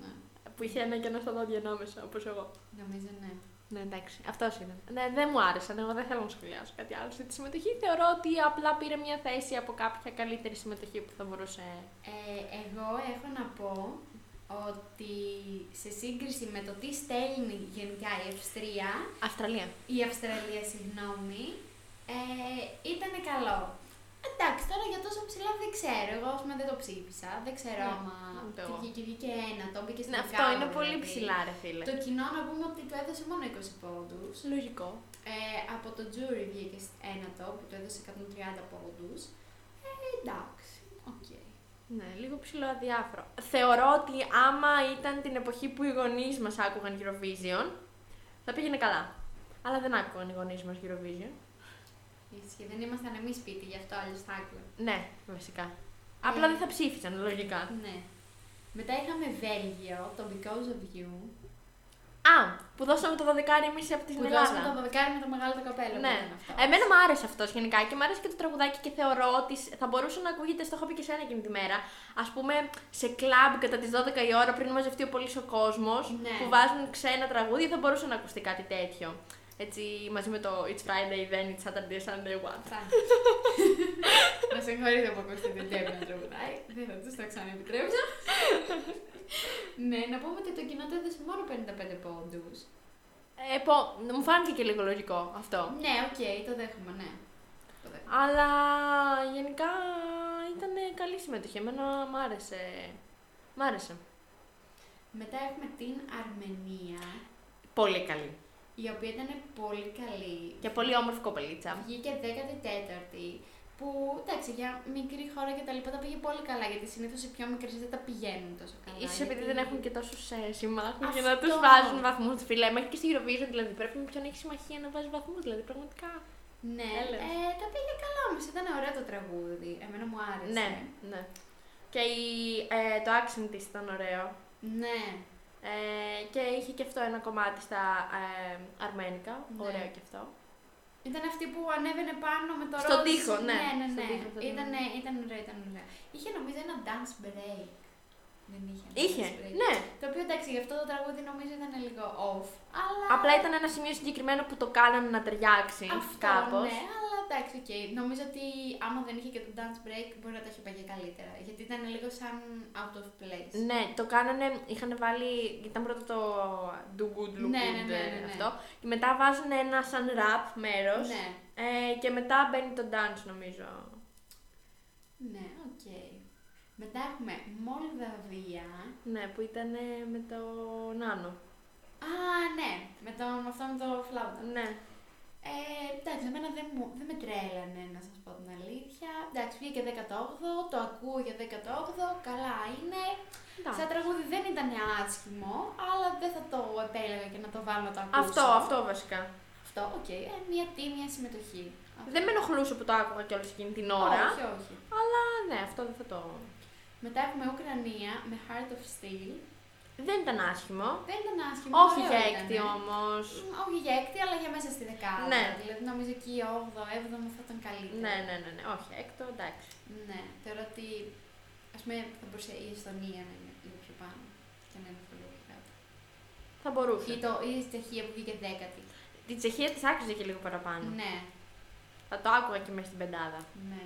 Ναι, Που είχε ένα και ένα στα δόντια ανάμεσα, όπως εγώ. νομίζω ναι. Ναι, εντάξει, αυτός ήταν. Ναι, δεν μου άρεσαν. Εγώ δεν θέλω να σχολιάσω κάτι άλλο στη συμμετοχή. Θεωρώ ότι απλά πήρε μια θέση από κάποια καλύτερη συμμετοχή που θα μπορούσε. Ε, εγώ έχω να πω ότι σε σύγκριση με το τι στέλνει γενικά η Αυστρία, Αυστραλία. η Αυστραλία, συγγνώμη, ε, ήταν καλό. Εντάξει, τώρα για τόσο ψηλά δεν ξέρω. Εγώ, ας πούμε, δεν το ψήφισα. Δεν ξέρω Ναι, άμα. ούτε εγώ. Βγήκε, βγήκε ένα, το μπήκε στην Ναι, αυτό κάμερα, είναι πολύ δηλαδή. ψηλά, ρε φίλε. Το κοινό να πούμε ότι του έδωσε μόνο 20 πόντους. Λογικό. Ε, από το jury βγήκε ένα το που του έδωσε 130 πόντους. Ε, εντάξει, οκ. Ναι, λίγο ψηλό αδιάφορο. Θεωρώ ότι άμα ήταν την εποχή που οι γονείς μας άκουγαν Eurovision, θα πήγαινε καλά. Αλλά δεν άκουγαν οι γονείς μας Eurovision. Ίσχυε, δεν ήμασταν εμείς σπίτι, γι' αυτό αλλιώ θα άκουγα. Ναι, βασικά. Απλά Ε. δεν θα ψήφισαν, λογικά. Ναι. Μετά είχαμε Βέλγιο, το Because of You. Α, που δώσαμε το 12 εμείς από την Που Ελλάδα. δώσαμε το 12 με το μεγάλο το καπέλο. που Ναι. ήταν αυτό. Εμένα μου άρεσε αυτός γενικά και μου άρεσε και το τραγουδάκι και θεωρώ ότι σ- θα μπορούσε να ακούγεται, στο είχα πει και σε ένα εκείνη τη μέρα. Ας πούμε σε κλαμπ κατά τις 12 η ώρα πριν μαζευτεί ο πολύς ο κόσμος Ναι. που βάζουν ξένα τραγούδια θα μπορούσε να ακουστεί κάτι τέτοιο. Έτσι μαζί με το It's Friday, then It's Saturday, Sunday, what. Αυτά. Να συγχωρείτε που ακούσετε την Ντέμπι να τραγουδάει. Δεν θα τους το ξαναεπιτρέψω. ναι, να πούμε ότι το κοινό του έδωσε μόνο 55 πόντους. Ε, πω, μου φάνηκε και λίγο λογικό αυτό. Ναι, οκ, το δέχομαι, ναι. Το δέχομαι. Αλλά γενικά ήταν καλή συμμετοχή. Εμένα μ' άρεσε. Μ' άρεσε. Μετά έχουμε την Αρμενία, Πολύ καλή. η οποία ήταν πολύ καλή. Και πολύ όμορφη κοπελίτσα. Βγήκε 14η, που εντάξει, για μικρή χώρα και τα λοιπά τα πήγε πολύ καλά, γιατί συνήθως οι πιο μικρές δεν τα πηγαίνουν τόσο καλά. Ίσως γιατί- επειδή δεν έχουν και τόσου ε, συμμάχου για να Αυτό. του βάζουν βαθμούς. Φίλε, μέχρι και στη Eurovision δηλαδή πρέπει με ποιον έχει συμμαχία να βάζει βαθμούς. Δηλαδή πραγματικά. Ναι, Έλεος. ε, τα πήγε καλά όμως. Ήταν ωραίο το τραγούδι. Εμένα μου άρεσε. Ναι, ναι. Και η, ε, το action της ήταν ωραίο. Ναι. Ε, και είχε και αυτό ένα κομμάτι στα ε, αρμένικα. Ναι. Ωραίο και αυτό. Ήταν αυτή που ανέβαινε πάνω με το Στον ροζ. τοίχο, ναι. ναι, ναι. Στον ναι. τοίχο, αυτό το ήταν, ήταν ωραίο, ήταν ωραίο. Είχε νομίζω ένα dance break. Δεν είχε. ένα Είχε, dance break. ναι. Το οποίο εντάξει, γι' αυτό το τραγούδι νομίζω ήταν λίγο off. Αλλά. Απλά ήταν ένα σημείο συγκεκριμένο που το κάνανε να ταιριάξει αυτό, κάπως. Ναι, αλλά εντάξει, οκ. Νομίζω ότι άμα δεν είχε και το dance break μπορεί να το είχε πάει και καλύτερα. Γιατί ήταν λίγο σαν out of place. Ναι, το κάνανε, είχαν βάλει, ήταν πρώτα το do good look Ναι, ναι, good, ναι, ναι, ναι. αυτό και μετά βάζουν ένα σαν rap μέρος ναι. ε, και μετά μπαίνει το dance νομίζω. Ναι, οκ. Μετά έχουμε Μολδαβία. Ναι, που ήταν ε, με το Νάνο. Α, ναι, με τον, με αυτόν το φλάουτο. Ναι. Ε, εντάξει, εμένα δεν, μου, δεν με τρέλανε να σας πω την αλήθεια. Εντάξει, βγήκε 18ο, το ακούω για 18ο, καλά είναι. Εντάξει. Σαν τραγούδι δεν ήταν άσχημο, αλλά δεν θα το επέλεγα και να το βάλω να το ακούσω. Αυτό, αυτό βασικά. Αυτό, οκ. Ε, μια τίμια συμμετοχή. Δεν με ενοχλούσε που το άκουγα κιόλας εκείνη την ώρα. Όχι, όχι. Αλλά ναι, αυτό δεν θα το. Μετά έχουμε Ουκρανία με Heart of Steel. Δεν ήταν άσχημο. Δεν ήταν άσχημο. Όχι ωραίο για ήταν, έκτη ε. όμως. Μ, Όχι για έκτη, αλλά για μέσα στη δεκάδα. Ναι. Δηλαδή νομίζω εκεί 8ο, 7ο θα ήταν καλύτερο. Ναι, ναι, ναι, ναι. Όχι, έκτο, εντάξει. Ναι, θεωρώ ότι ας πούμε θα μπορούσε η Εστονία να είναι λίγο πιο πάνω και να είναι πολύ πιο κάτω. Θα Ή, μπορούσε. το, ή η Τσεχία που βγήκε δέκατη. Την Τσεχία της άκουζε και λίγο παραπάνω. Ναι, Θα το άκουγα και μέσα στην πεντάδα. ναι.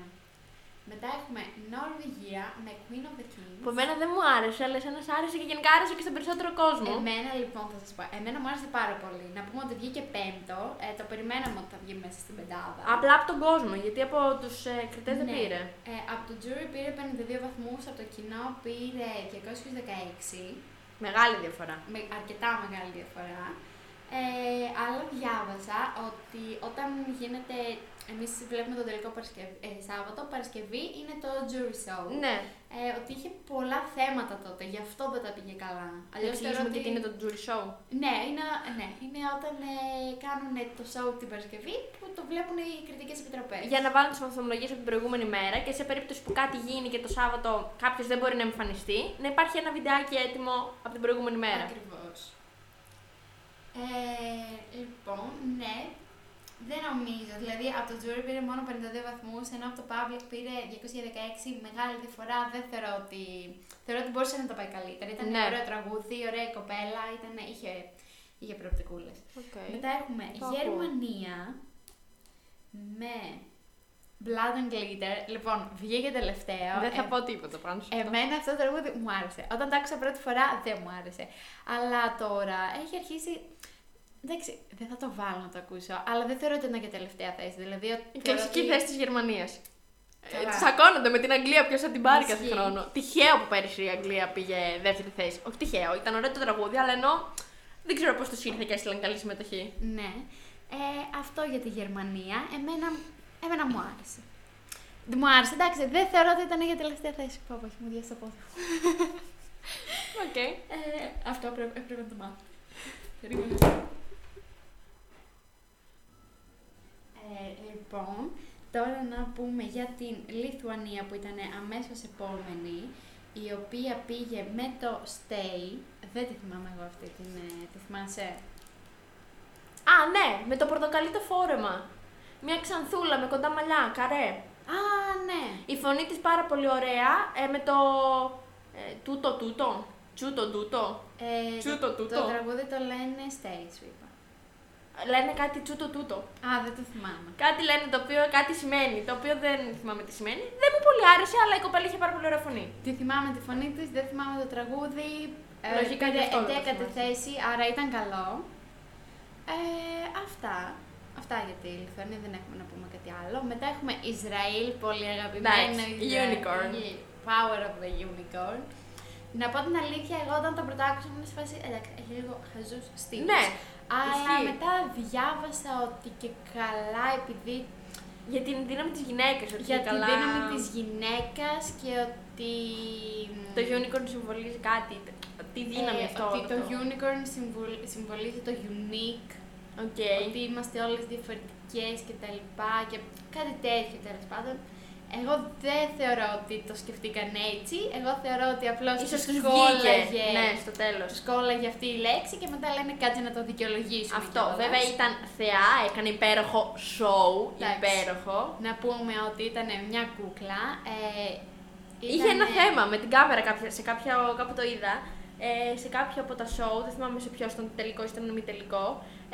Μετά έχουμε Νορβηγία με Queen of the Kings. Που εμένα δεν μου άρεσε, αλλά εσένα σ' άρεσε και γενικά άρεσε και στον περισσότερο κόσμο. Εμένα λοιπόν θα σας πω, εμένα μου άρεσε πάρα πολύ. Να πούμε ότι βγήκε πέμπτο, ε, το περιμέναμε ότι θα βγει μέσα στην πεντάδα. Απλά από τον κόσμο, γιατί από τους ε, κριτές δεν Ναι. πήρε. Ε, από το jury πήρε 52 βαθμούς, από το κοινό πήρε 216. Μεγάλη διαφορά. με αρκετά μεγάλη διαφορά. Ε, αλλά διάβασα ότι όταν γίνεται, εμείς βλέπουμε το τελικό Παρασκευ- ε, Σάββατο, Παρασκευή είναι το jury show. Ναι, Ε, ότι είχε πολλά θέματα τότε, γι' αυτό δεν τα πήγε καλά. αλλιώς Αλλιώς θεωρώ εξηγήσουμε και ότι... τι είναι το Jury Show. Ναι, είναι, ναι, είναι όταν ε, κάνουν το show την Παρασκευή που το βλέπουν οι κριτικές επιτροπές. Ε, Για να βάλουν τι βαθμολογίε από την προηγούμενη μέρα και σε περίπτωση που κάτι γίνει και το Σάββατο κάποιος δεν μπορεί να εμφανιστεί, να υπάρχει ένα βιντεάκι έτοιμο από την προηγούμενη μέρα. Ακριβώς. Ε, λοιπόν, ναι, δεν νομίζω. Δηλαδή, από το jury πήρε μόνο 52 βαθμούς, ενώ από το public πήρε 216. Μεγάλη διαφορά. Δεν θεωρώ ότι. Θεωρώ ότι μπορούσε να το πάει καλύτερα. Ήταν Ναι. ωραίο τραγούδι, ωραία κοπέλα. Ήταν, είχε, είχε προοπτικούλες. Μετά έχουμε Ναι. Το ακούω. Γερμανία με Blood and Glitter. Λοιπόν, βγήκε τελευταίο. Δεν θα Ε, πω τίποτα πάνω σε αυτό. Εμένα αυτό το τραγούδι μου άρεσε. Όταν το άκουσα πρώτη φορά δεν μου άρεσε. Αλλά τώρα έχει αρχίσει. Εντάξει, δεν θα το βάλω να το ακούσω, αλλά δεν θεωρώ ότι ήταν και τελευταία θέση. Δηλαδή, Η θεωρώ κλασική ότι- θέση της Γερμανίας. Καλά. Του σακώνονται με την Αγγλία ποιος θα την πάρει κάθε Ισχύει. χρόνο. Τυχαίο που πέρυσι η Αγγλία πήγε δεύτερη θέση. Όχι τυχαίο, ήταν ωραίο το τραγούδι, αλλά ενώ δεν ξέρω πώς τους ήρθε και έστειλαν καλή συμμετοχή. Ναι. Ε, αυτό για τη Γερμανία. Εμένα, εμένα μου άρεσε. Δεν Μου άρεσε, εντάξει, δεν θεωρώ ότι ήταν για τελευταία θέση. Πω, πω, έχει μου διάσει το πόδι. Οκ. Ε, αυτό πρέπει, πρέπει να το μάθω. Ε, λοιπόν, τώρα να πούμε για την Λιθουανία που ήταν αμέσως επόμενη, η οποία πήγε με το Stay. Δεν τη θυμάμαι εγώ αυτή την, ε, τη θυμάσαι. Α, ναι, με το πορτοκαλί το φόρεμα. Μια ξανθούλα με κοντά μαλλιά, καρέ. Α, ναι. Η φωνή της πάρα πολύ ωραία ε, με το. Ε, τούτο, τούτο. Τσούτο, τούτο. Ε, Τσούτο, το, τούτο. τραγούδι το λένε Stay, σου είπα. Λένε κάτι τσούτο, τούτο. Α, δεν το θυμάμαι. Κάτι λένε το οποίο κάτι σημαίνει, το οποίο δεν θυμάμαι τι σημαίνει. Δεν μου πολύ άρεσε, αλλά η κοπέλα είχε πάρα πολύ ωραία φωνή. Τη θυμάμαι τη φωνή της, δεν θυμάμαι το τραγούδι. Λογικά γι' αυτό δεν το εντέκατη θυμάσαι. θέση, άρα ήταν καλό. Ε, αυτά. Αυτά για τη Λιθουανία, δεν έχουμε να πούμε κάτι άλλο. Μετά έχουμε Ισραήλ, πολύ αγαπημένο. Εντάξει, Ισραήλ. unicorn. Power of the unicorn. Να πω την αλήθεια, εγώ όταν το πρώτο άκουσα ήμουν σε φάση, εντάξει, έχει λίγο χαζούς στίχους. Ναι, Αλλά ισχύει. μετά διάβασα ότι και καλά, επειδή για την δύναμη της γυναίκας. για τη δύναμη της γυναίκας και ότι... Το unicorn συμβολίζει κάτι. Τι δύναμη Ε, αυτό. Ότι όλο το αυτό. unicorn συμβολ- συμβολίζει το unique, Οκ. ότι είμαστε όλες διαφορετικές και τα λοιπά και κάτι τέτοιο τέλος πάντων. Εγώ δεν θεωρώ ότι το σκεφτήκαν έτσι. Εγώ θεωρώ ότι απλώς Ίσως τους τους βγήκε. κόλλαγε. Ναι, στο τέλος. Τους κόλλαγε αυτή η λέξη και μετά λένε κάτσε να το δικαιολογήσουμε. Αυτό κιόλας. βέβαια ήταν θεά, έκανε υπέροχο show, Εντάξει. υπέροχο. Να πούμε ότι ήταν μια κούκλα. Ε, Είχε ένα ήτανε- θέμα με την κάμερα κάποια, σε κάποιο, κάπου το είδα. Ε, σε κάποιο από τα show, δεν θυμάμαι σε ποιος ήταν τελικό ή ήταν μη τελικό,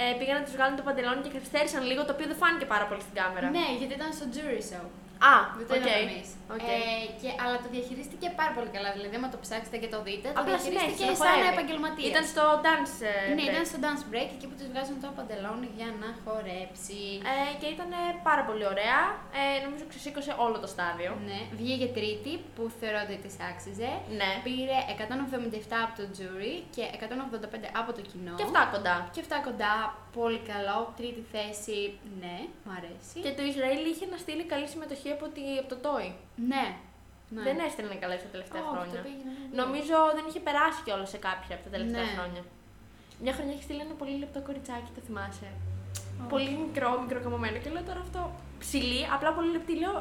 ε, πήγαν να τους βγάλουν το παντελόνι και καθυστέρησαν λίγο, το οποίο δεν φάνηκε πάρα πολύ στην κάμερα. Ναι, γιατί ήταν στο jury show. Α, Δεν οκ. το είδαμε εμείς. Οκ. Ε, και, αλλά το διαχειρίστηκε πάρα πολύ καλά. Δηλαδή, άμα το ψάξετε και το δείτε, το Απλά διαχειρίστηκε συνέχισε να σαν χορεύει. επαγγελματίας. Ήταν στο dance. ε, Ναι, break. ήταν στο dance break εκεί που τους βγάζουν το παντελόνι για να χορέψει. Ε, και ήταν πάρα πολύ ωραία. Ε, νομίζω ξεσήκωσε όλο το στάδιο. Ναι, βγήκε τρίτη που θεωρώ ότι τη άξιζε. Ναι. Πήρε 177 από το jury και 185 από το κοινό. Και αυτά κοντά. Και αυτά κοντά, πολύ καλό. Τρίτη θέση, ναι, μου αρέσει. Και το Ισραήλ είχε να στείλει καλή συμμετοχή από, τη, από το Toy. Ναι. ναι. Δεν έστελνε καλές τα τελευταία Όχι, χρόνια. το πήγαινε, ναι. Νομίζω δεν είχε περάσει κιόλας σε κάποια από τα τελευταία Ναι. χρόνια. Μια χρονιά έχει στείλει ένα πολύ λεπτό κοριτσάκι, το θυμάσαι. Όχι. Πολύ μικρό, μικροκαμωμένο και λέω τώρα αυτό ψηλή, απλά πολύ λεπτή. Λέω,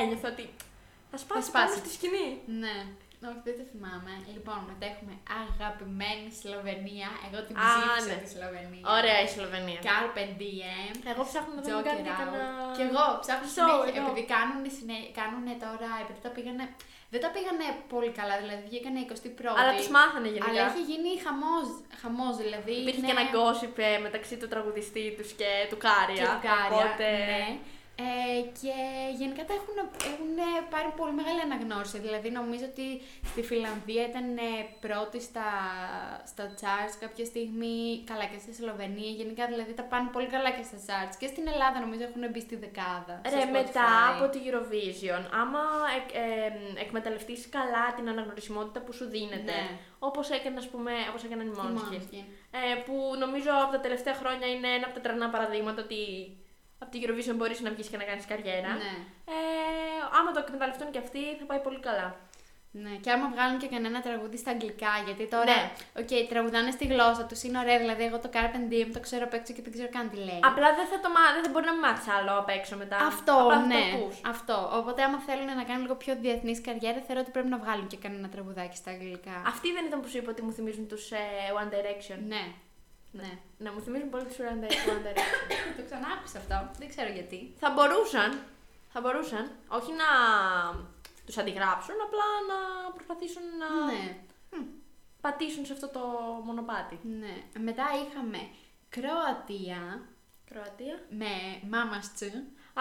ένιωθα ότι θα σπάσει πάνω σπάσει. στη σκηνή. Ναι. Όχι, δεν το θυμάμαι. Λοιπόν, μετά έχουμε αγαπημένη Σλοβενία. Εγώ την Α, ψήφισα ναι. τη Σλοβενία. Ωραία η Σλοβενία. Carpe diem. Εγώ ψάχνω να δω αν Joker κάνει out. κανένα- Κι εγώ ψάχνω show συνέχεια. εδώ. Επειδή κάνουν, κάνουνε τώρα, επειδή τα πήγανε. Δεν τα πήγανε πολύ καλά, δηλαδή βγήκανε 21η. Αλλά τους μάθανε γενικά. αλλά είχε γίνει χαμός, χαμός δηλαδή. Υπήρχε είναι- και ένα gossip ε, μεταξύ του τραγουδιστή τους και του Κάρια. και του Κάρια, Οπότε... ναι. Ε, και γενικά τα έχουν, έχουν πάρει πολύ μεγάλη αναγνώριση. Δηλαδή, νομίζω ότι στη Φιλανδία ήταν ε, πρώτη στα, στα charts κάποια στιγμή, καλά και στη Σλοβενία. Γενικά, δηλαδή, τα πάνε πολύ καλά και στα charts. Και στην Ελλάδα, νομίζω, έχουν μπει στη δεκάδα. στο Ρε, Spotify. μετά από τη Eurovision, άμα ε, ε, εκμεταλλευτείς καλά την αναγνωρισιμότητα που σου δίνεται, Ναι. όπως, έκανε, ας πούμε, όπως έκαναν οι Η Måneskin, Måneskin. ε, που νομίζω από τα τελευταία χρόνια είναι ένα από τα τρανά παραδείγματα ότι από τη Eurovision μπορείς να βγεις και να κάνεις καριέρα. Ναι. Ε, άμα το εκμεταλλευτούν και αυτοί, θα πάει πολύ καλά. Ναι, και άμα βγάλουν και κανένα τραγούδι στα αγγλικά, γιατί τώρα. Ναι. Οκ, τραγουδάνε στη γλώσσα τους, είναι ωραία. Δηλαδή, εγώ το Carpent Diem το ξέρω απ' έξω και δεν ξέρω καν τι λέει. Απλά δεν θα, το, μα- δεν θα μπορεί να μην μάθεις άλλο απ' έξω μετά. Αυτό, Απλά θα το ναι. ακούς. Αυτό. Οπότε, άμα θέλουν να κάνουν λίγο πιο διεθνής καριέρα, θεωρώ ότι πρέπει να βγάλουν και κανένα τραγουδάκι στα αγγλικά. Αυτοί δεν ήταν που σου είπα ότι μου θυμίζουν τους ε, One Direction. Ναι. Ναι. Ναι, μου θυμίζουν πολύ τους One Di- One Direction. το ξανά άκουσα αυτό. Δεν ξέρω γιατί. Θα μπορούσαν, θα μπορούσαν, όχι να τους αντιγράψουν, απλά να προσπαθήσουν να Ναι. πατήσουν σε αυτό το μονοπάτι. ναι. Μετά είχαμε Κροατία Κροατία. με Mama's Tzu.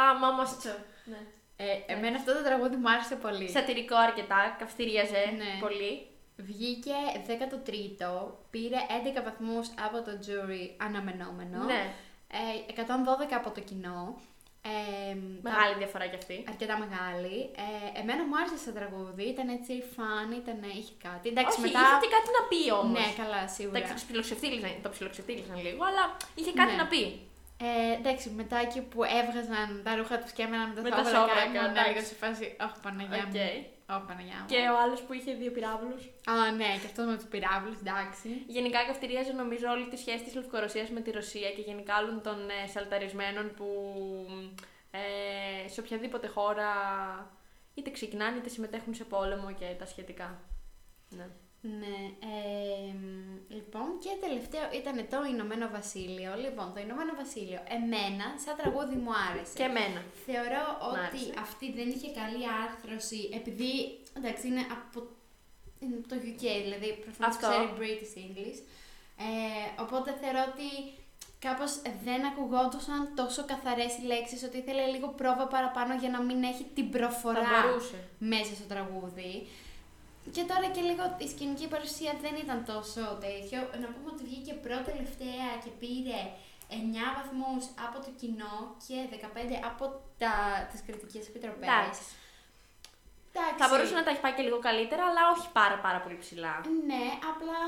Α, μάμας τσο. Ναι. Ε, εμένα αυτό το τραγούδι μου άρεσε πολύ. Σατυρικό αρκετά, καυστηρίαζε Ναι. πολύ. Βγήκε 13ο, πήρε 11 βαθμούς από το jury αναμενόμενο, Ναι, ε, 112 από το κοινό. Ε, τα- μεγάλη διαφορά κι αυτή. αρκετά μεγάλη. Ε, εμένα μου άρεσε σαν τραγούδι, ήταν έτσι φαν, ήταν, είχε κάτι. Εντάξει, όχι, μετά. είχε και κάτι να πει όμως. Ναι, καλά, σίγουρα. Εντάξει, τους ψιλοξεφτύλιζαν- το ψιλοξεφτύλιζαν λίγο, αλλά είχε κάτι Ναι. να πει. Ε, εντάξει, μετά εκεί που έβγαζαν τα ρούχα τους και έμεναν με Με τα τα σόβρακα, σόβρακα, ήμουν εντάξει. λίγο ναι, σε φάση. Ωχ, Παναγιά μου. Οκ. Ωχ, Παναγιά μου. Και ο άλλος που είχε δύο πυράβλους. Α, ναι, και αυτό με του πυράβλου, εντάξει. Γενικά καυτηρίαζε νομίζω όλη τη σχέση της Λευκορωσίας με τη Ρωσία και γενικά όλων των ε, σαλταρισμένων που ε, σε οποιαδήποτε χώρα είτε ξεκινάνε είτε συμμετέχουν σε πόλεμο και τα σχετικά. Ναι. Ναι, ε, μ, λοιπόν και τελευταίο ήταν το Ηνωμένο Βασίλειο. Λοιπόν, το Ηνωμένο Βασίλειο, εμένα σαν τραγούδι μου άρεσε. Και εμένα. Θεωρώ Μ' ότι άρεσε. αυτή δεν είχε καλή άρθρωση, επειδή, εντάξει, είναι από είναι από το UK, δηλαδή προφανώς Αυτό. ξέρει British English. Ε, οπότε θεωρώ ότι κάπως δεν ακουγόντουσαν τόσο καθαρές οι λέξεις, ότι ήθελε λίγο πρόβα παραπάνω για να μην έχει την προφορά Θα μπορούσε. μέσα στο τραγούδι. Και τώρα και λίγο η σκηνική παρουσία δεν ήταν τόσο τέτοιο. Να πούμε ότι βγήκε πρώτη-τελευταία και πήρε 9 βαθμούς από το κοινό και 15 από τα, τις κριτικές επιτροπές. Εντάξει. Εντάξει. Θα μπορούσε να τα έχει πάει και λίγο καλύτερα, αλλά όχι πάρα πάρα πολύ ψηλά. Ναι, απλά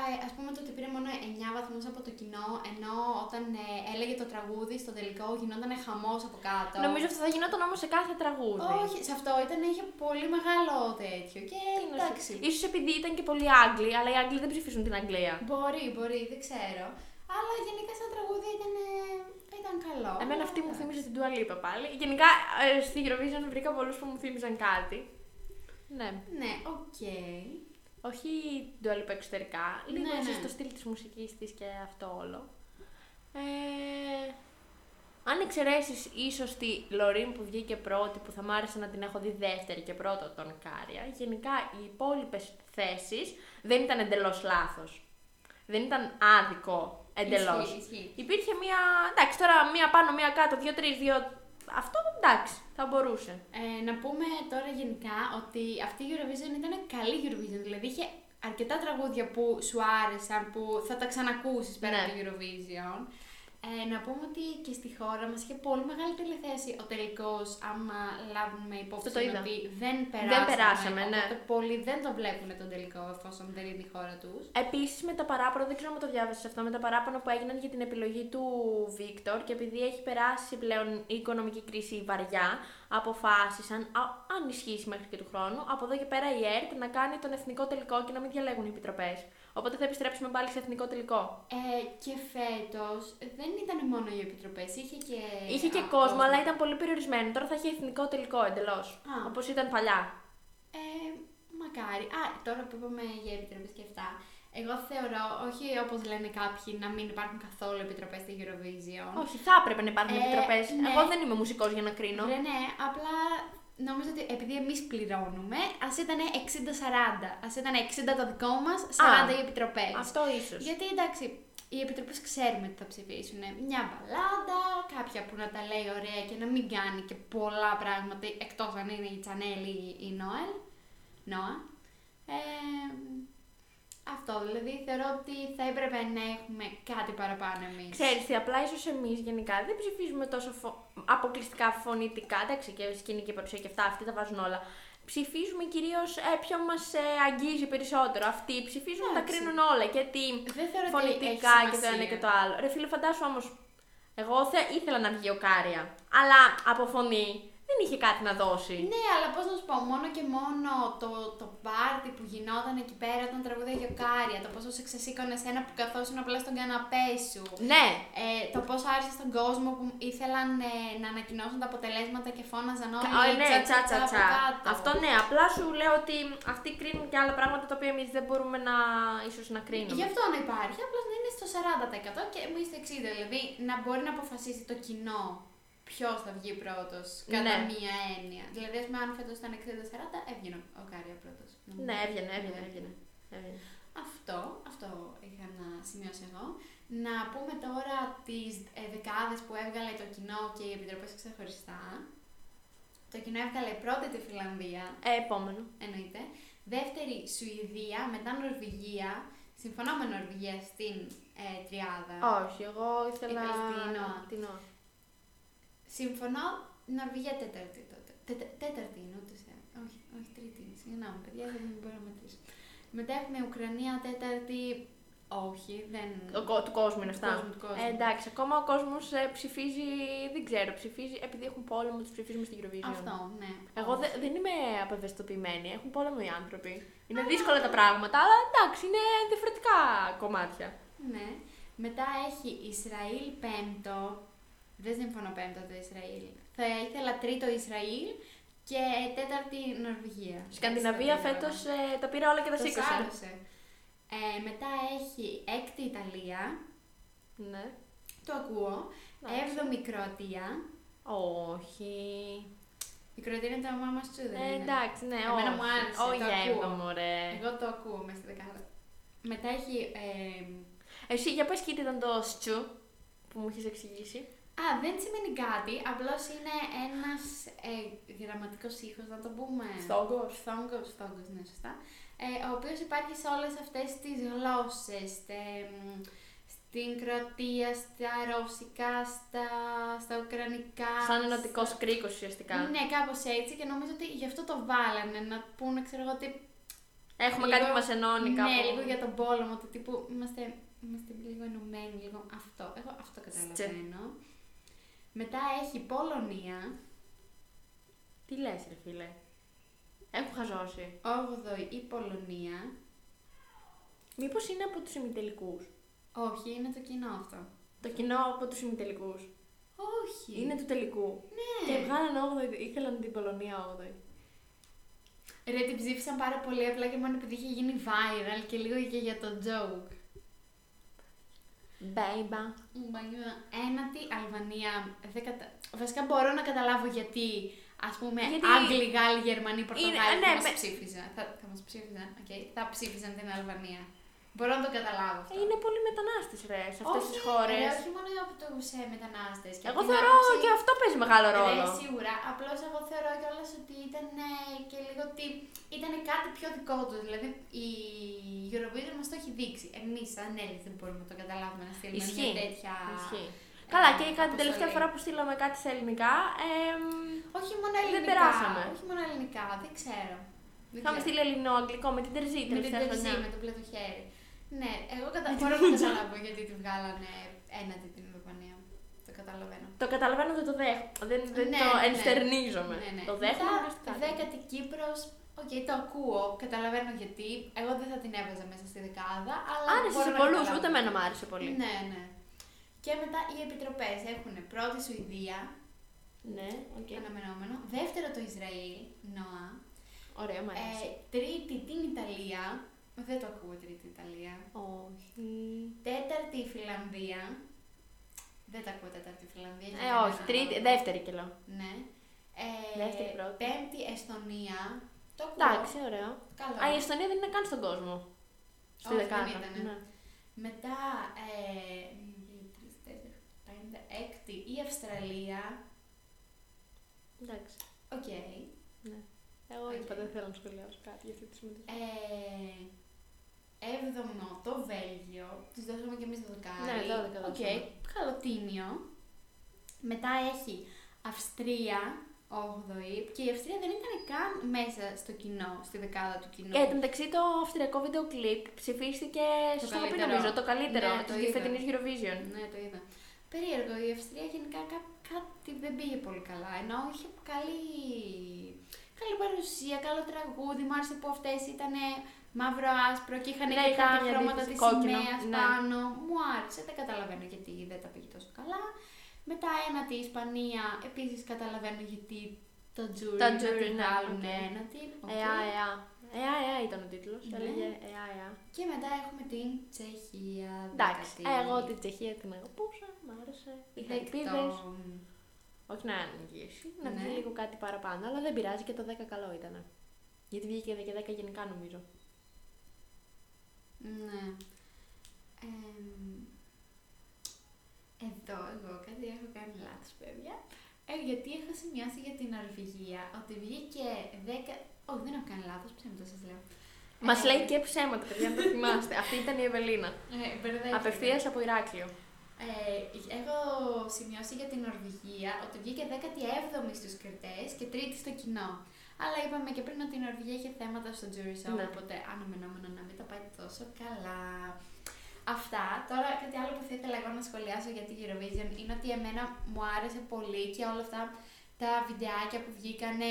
α- ας πούμε το ότι πήρε μόνο 9 βαθμούς από το κοινό, ενώ όταν ε, έλεγε το τραγούδι στο τελικό γινόταν χαμός από κάτω. Νομίζω αυτό θα γινόταν όμως σε κάθε τραγούδι. Όχι, σε αυτό ήταν, είχε πολύ μεγάλο τέτοιο και εντάξει. Ίσως επειδή ήταν και πολλοί Άγγλοι, αλλά οι Άγγλοι δεν ψηφίζουν την Αγγλία. Μπορεί, μπορεί, δεν ξέρω. Αλλά γενικά σαν τραγούδι ήταν, ε, ήταν καλό. καλό. Εμένα αυτή μου θύμιζε την Dua Lipa πάλι. Γενικά ε, στη Eurovision βρήκα πολλούς που μου θύμιζαν κάτι. Ναι. Ναι, οκ. Όχι Dua Lipa εξωτερικά. Λίγο Ναι, ναι, ναι. στο στυλ της μουσικής της και αυτό όλο. Ε, αν εξαιρέσεις ίσως τη Λωρίν που βγήκε πρώτη, που θα μ' άρεσε να την έχω δει δεύτερη και πρώτο τον Κάρια, γενικά οι υπόλοιπες θέσεις δεν ήταν εντελώς λάθος. Δεν ήταν άδικο εντελώς. Ισχύει, ισχύει. Υπήρχε μία. Εντάξει, τώρα μία πάνω, μία κάτω, δύο τρεις, δύο. Αυτό εντάξει, θα μπορούσε. Ε, να πούμε τώρα γενικά ότι αυτή η Eurovision ήταν καλή Eurovision. Δηλαδή είχε αρκετά τραγούδια που σου άρεσαν, που θα τα ξανακούσεις πέρα Ναι. από το Eurovision. Ε, να πούμε ότι και στη χώρα μας είχε πολύ μεγάλη τηλεθέαση ο τελικός, άμα λάβουμε υπόψη Αυτό το είδα. ότι δεν περάσαμε. περάσαμε, ναι. Οπότε πολλοί δεν το βλέπουν τον τελικό εφόσον δεν είναι η χώρα τους. Επίσης με τα παράπονα, δεν ξέρω αν το διάβασες αυτό, με τα παράπονα που έγιναν για την επιλογή του Βίκτορ και επειδή έχει περάσει πλέον η οικονομική κρίση βαριά, αποφάσισαν, α- αν ισχύσει μέχρι και του χρόνου, από εδώ και πέρα η ΕΡΤ να κάνει τον εθνικό τελικό και να μην διαλέγουν οι επιτροπές. Οπότε θα επιστρέψουμε πάλι σε εθνικό τελικό. Ε, και φέτος δεν ήταν μόνο οι επιτροπές, είχε και... Είχε και Α, κόσμο, αλλά ήταν πολύ περιορισμένο. Τώρα θα έχει εθνικό τελικό εντελώς. Α. Όπως ήταν παλιά. Ε, μακάρι. Α, τώρα που είπαμε για επιτροπές και αυτά. Εγώ θεωρώ, όχι όπως λένε κάποιοι, να μην υπάρχουν καθόλου επιτροπές στη Eurovision. Όχι, θα έπρεπε να υπάρχουν Ε, επιτροπές. ναι. Εγώ δεν είμαι μουσικός για να κρίνω. Ναι, ναι, απλά νομίζω ότι επειδή εμείς πληρώνουμε, ας ήταν 60-40. Α ήταν 60 το δικό μας, 40 οι επιτροπές. Αυτό ίσως. Γιατί εντάξει, οι επιτροπές ξέρουμε τι θα ψηφίσουν. ε, Μια μπαλάντα, κάποια που να τα λέει ωραία και να μην κάνει και πολλά πράγματα εκτός αν είναι η Τσανέλη ή η Νόελ. Νόα. Ε, αυτό δηλαδή θεωρώ ότι θα έπρεπε να έχουμε κάτι παραπάνω εμείς. Ξέρεις, τι, απλά ίσως εμείς γενικά δεν ψηφίζουμε τόσο φο... αποκλειστικά φωνητικά. Εντάξει, και σκηνή και παρουσία και αυτά, αυτοί τα βάζουν όλα. Ψηφίζουμε κυρίως ε, ποιον μα αγγίζει περισσότερο. Αυτοί ψηφίζουν, τα Εντάξει. κρίνουν όλα. Γιατί Δεν θεωρώ ότι έχει φωνητικά και το ένα σημασία. και το άλλο. Ρε φίλε, φαντάσου όμως. Εγώ θε... ήθελα να βγει ο Κάρια. Αλλά από φωνή δεν είχε κάτι να δώσει. Ναι, αλλά πώς να σου πω, μόνο και μόνο το, το πάρτι που γινόταν εκεί πέρα όταν τραγούδαγε ο Κάρια, το πόσο σε ξεσήκωνε ένα που καθόσουν απλά στον καναπέ σου. ναι. Ε, το πόσο άρεσε στον κόσμο που ήθελαν ε, να ανακοινώσουν τα αποτελέσματα και φώναζαν όλοι Κα- ναι, «Τσα, τσα, τσα, από τσα. κάτω. Αυτό ναι, απλά σου λέω ότι αυτοί κρίνουν και άλλα πράγματα τα οποία εμείς δεν μπορούμε να, ίσως να κρίνουμε. Γι' αυτό να υπάρχει, απλά να είναι στο 40% και εμεί στο 60%. Δηλαδή να μπορεί να αποφασίσει το κοινό ποιος θα βγει πρώτος, κατά Ναι. μία έννοια. Δηλαδή, ας πούμε, αν φέτος ήταν 60-40, έβγαινε ο Κάρια πρώτος. Ναι, έβγαινε, έβγαινε, έβγαινε. έβγαινε. Αυτό, αυτό είχα να σημειώσω εγώ. Να πούμε τώρα τις ε, δεκάδες που έβγαλε το κοινό και οι επιτροπές ξεχωριστά. Το κοινό έβγαλε πρώτη τη Φιλανδία, Ε, επόμενο. εννοείται. Δεύτερη Σουηδία, μετά Νορβηγία. Συμφωνώ με Νορβηγία στην ε, τριάδα. Όχι, εγώ ήθελα. Είπες την Νοά. Την Νοά. Συμφωνώ, Νορβηγία τέταρτη τότε. Τέτε- τέταρτη είναι ούτως ή άλλως. Όχι, όχι τρίτη είναι. Συγγνώμη, παιδιά, δεν μπορώ να μετρήσω. Μετά έχουμε Ουκρανία τέταρτη. Όχι, δεν. Ο κο- Του κόσμου είναι Του αυτά. κόσμου, του κόσμου. Ε, εντάξει, ακόμα ο κόσμος ψηφίζει. Δεν ξέρω, ψηφίζει. Επειδή έχουν πόλεμο, τους ψηφίζουμε στην Eurovision. Αυτό, ναι. Εγώ δε- δεν είμαι απευαισθητοποιημένη. Έχουν πόλεμο οι άνθρωποι. Είναι δύσκολα τα πράγματα, αλλά εντάξει, είναι διαφορετικά κομμάτια. Ναι. Μετά έχει Ισραήλ πέμπτο. Δεν συμφωνώ πέμπτο το Ισραήλ. Θα ήθελα τρίτο Ισραήλ και τέταρτη Νορβηγία. Σκανδιναβία φέτο τα πήρε όλα και τα το σήκωσε. σάρωσε. Ε, μετά έχει έκτη Ιταλία. Ναι. Το ακούω. Εντάξει. Έβδομη Κροατία. Όχι. Η Κροατία είναι το μάμα σου, δεν Ε, είναι. εντάξει, ναι, Εμένα όχι. μου άρεσε, Όχι, το ακούω. έβα μου, ρε. Εγώ το ακούω μέσα στη δεκάδα. Μετά έχει. ε, Εσύ για πες και τι ήταν το στσου που μου έχεις εξηγήσει. Α, δεν σημαίνει κάτι, απλώς είναι ένας ε, γραμματικός ήχος, να το πούμε. Φθόγκος. Φθόγκος, φθόγκος, ναι, σωστά. Ε, ο οποίος υπάρχει σε όλες αυτές τις γλώσσες, στε- μ, στην Κροατία, στα Ρώσικα, στα, στα Ουκρανικά. Σαν ενωτικός κρίκος ουσιαστικά. Ναι, κάπως έτσι και νομίζω ότι γι' αυτό το βάλανε, να πούνε, ξέρω εγώ, ότι Έχουμε Λίγο- κάτι που μας ενώνει κάπου. ναι, λίγο για τον πόλεμο, ότι τύπου είμαστε, είμαστε λίγο ενωμένοι, λίγο αυτό. Εγώ αυτό καταλαβαίνω. Μετά έχει Πολωνία, Τι λες ρε φίλε. Έχω χαζώσει. 8η η Πολωνία. Μήπως είναι από τους ημιτελικούς. Όχι, είναι το κοινό αυτό. Το κοινό από τους ημιτελικούς. Όχι. Είναι του τελικού. Ναι. Και βγάλαν 8η, ήθελαν την Πολωνία 8η. Ρε, την ψήφισαν πάρα πολύ απλά και μόνο επειδή είχε γίνει viral και λίγο και για το joke. Μπέιμπα. Μπανιούα, ένατη Αλβανία. Δεν κατα... Βασικά μπορώ να καταλάβω γιατί, ας πούμε, Γιατί- Άγγλοι, Γάλλοι, Γερμανοί, Πορτογάλοι Είναι- θα ναι, μας με- ψήφιζαν. Θα, θα μας ψήφιζαν, okay. θα ψήφιζαν την Αλβανία. Μπορώ να το καταλάβω αυτό. Ε, Είναι πολύ μετανάστες, ρε, σε αυτές Όχι, τις ρε, χώρες. όχι μόνο από τους ε, μετανάστες. και Εγώ από την θεωρώ άποψη- και αυτό παίζει μεγάλο Ρε, ρόλο. σίγουρα. Απλώς εγώ θεωρώ κιόλας ότι ήταν ε, και λίγο ότι ήταν κάτι πιο δικό τους. Δηλαδή η Eurovision μας το έχει δείξει. Εμείς σαν Έλληνες δεν μπορούμε να το καταλάβουμε να στείλουμε Ισχύει. μια τέτοια. Ισχύει. ε, Καλά, και κάτι την αποστολή. τελευταία φορά που στείλαμε κάτι σε ελληνικά, εμ, Όχι μόνο Δεν ελληνικά. περάσαμε. Όχι μόνο ελληνικά, δεν ξέρω. Δεν είχαμε ξέρω. στείλει ελληνοαγγλικό με την Τερζή με την τελευταία Τερζή, χρονιά. με τον πλέτο χέρι. Ναι, εγώ κατα... μπορώ να καταλάβω γιατί τη βγάλανε έναντι την Αλβανία. Το καταλαβαίνω. Το καταλαβαίνω, δεν το δέχομαι. Δεν, δεν Ναι, το ναι, ναι. ενστερνίζομαι. Ναι, ναι. Το δέχομαι. αλλά Μετά, σκάτω. δέκατη Κύπρος, οκ, το ακούω, καταλαβαίνω γιατί. Εγώ δεν θα την έβαζα μέσα στη δεκάδα, αλλά Άρεσε μπορώ σε να πολλούς, καταλάβω. ούτε εμένα μου άρεσε πολύ. Ναι, ναι. Και μετά οι επιτροπές έχουν πρώτη Σουηδία, Ναι, οκ. αναμενόμενο, δεύτερο το Ισραήλ, ΝΟΑ, Ωραία, μου ε, αρέσει. Ε, τρίτη την Ιταλία, δεν το ακούω τρίτη Ιταλία, Όχι. τέταρτη η Φιλανδία, δεν τα ακούω τέταρτη Φιλανδία. για Ε, κανέναν όχι. Τρίτη, λόγο. δεύτερη και λέω. Ναι. Ε, Δεύτερη, πρώτη. Πέμπτη Εστονία, το ακούω. Εντάξει, ωραίο. Καλό. Α, η Εστονία δεν είναι καν στον κόσμο. Στη Όχι, δεκάδα. δεν ήτανε. Ναι. Μετά, ε, μία, δύο, τρεις, τέσσερα, πέντε, έκτη η Αυστραλία. Εντάξει. Ε, Οκ. Εγώ Οκ. είπα δεν θέλω να σχολιάσω κάτι για αυτή τη συμμετοχή. Ε, έβδομο το Βέλγιο. Τους δώσαμε και εμείς το δεκάρι. Ναι, δώδεκα Οκ. δώσαμε. Καλοτίνιο. Μετά έχει Αυστρία, 8η. Και η Αυστρία δεν ήταν καν μέσα στο κοινό, στη δεκάδα του κοινού. Και Ε, εν τω μεταξύ το αυστριακό βίντεο κλιπ ψηφίστηκε Το στο αγαπή καλύτερο. νομίζω, το καλύτερο Ναι, το της είδα. φετινής Eurovision. Ναι, το είδα. Περίεργο, η Αυστρία γενικά κά- κάτι δεν πήγε πολύ καλά. Ενώ είχε καλή, καλή παρουσία, καλό τραγούδι. Μ' άρεσε που αυτές ήταν μαύρο-άσπρο και είχαν Ναι, και ήταν τα μια χρώματα αντίθεση της κόκκινο, σημαίας ναι. πάνω. Μου άρεσε, δεν καταλαβαίνω γιατί δεν τα πήγε τόσο καλά. Μετά ένατη η Ισπανία, επίσης καταλαβαίνω γιατί το τζούρι Τα jury, ναι, Ε, βγάλουν οκ. ένατη. οκ. Εα, εα. Εα, εα ε, ήταν ο τίτλος, Ναι. έλεγε ε, εα, εα. Και μετά έχουμε την Τσεχία. Εντάξει, ε, δέκατη. εγώ την Τσεχία την αγαπούσα, μ' άρεσε. Είχα Δεκτό. ελπίδες. Όχι να ανοιγήσει, να βγει Ναι. λίγο κάτι παραπάνω, αλλά δεν πειράζει και το 10 καλό ήταν. Γιατί βγήκε και 10 γενικά νομίζω. Ναι. Εμ, εδώ εγώ κάτι έχω κάνει λάθος, παιδιά. Ε, γιατί έχω σημειώσει για την Νορβηγία ότι βγήκε 10... Όχι, δεν έχω κάνει λάθος, ψέματα σας λέω. Μας Ε, λέει και ψέματα, παιδιά, να το θυμάστε. Αυτή ήταν η Ευελίνα. Ε, μπερδεύτηκα. Απευθείας από Ηράκλειο. Ε, έχω σημειώσει για την Νορβηγία ότι βγήκε 17η στους κριτές και τρίτη στο κοινό. Αλλά είπαμε και πριν ότι η Νορβηγία είχε θέματα στο jury show, Ναι. οπότε αναμενόμενο να μην τα πάει τόσο καλά. Αυτά. Τώρα κάτι άλλο που θα ήθελα εγώ να σχολιάσω για την Eurovision είναι ότι εμένα μου άρεσε πολύ και όλα αυτά τα βιντεάκια που βγήκανε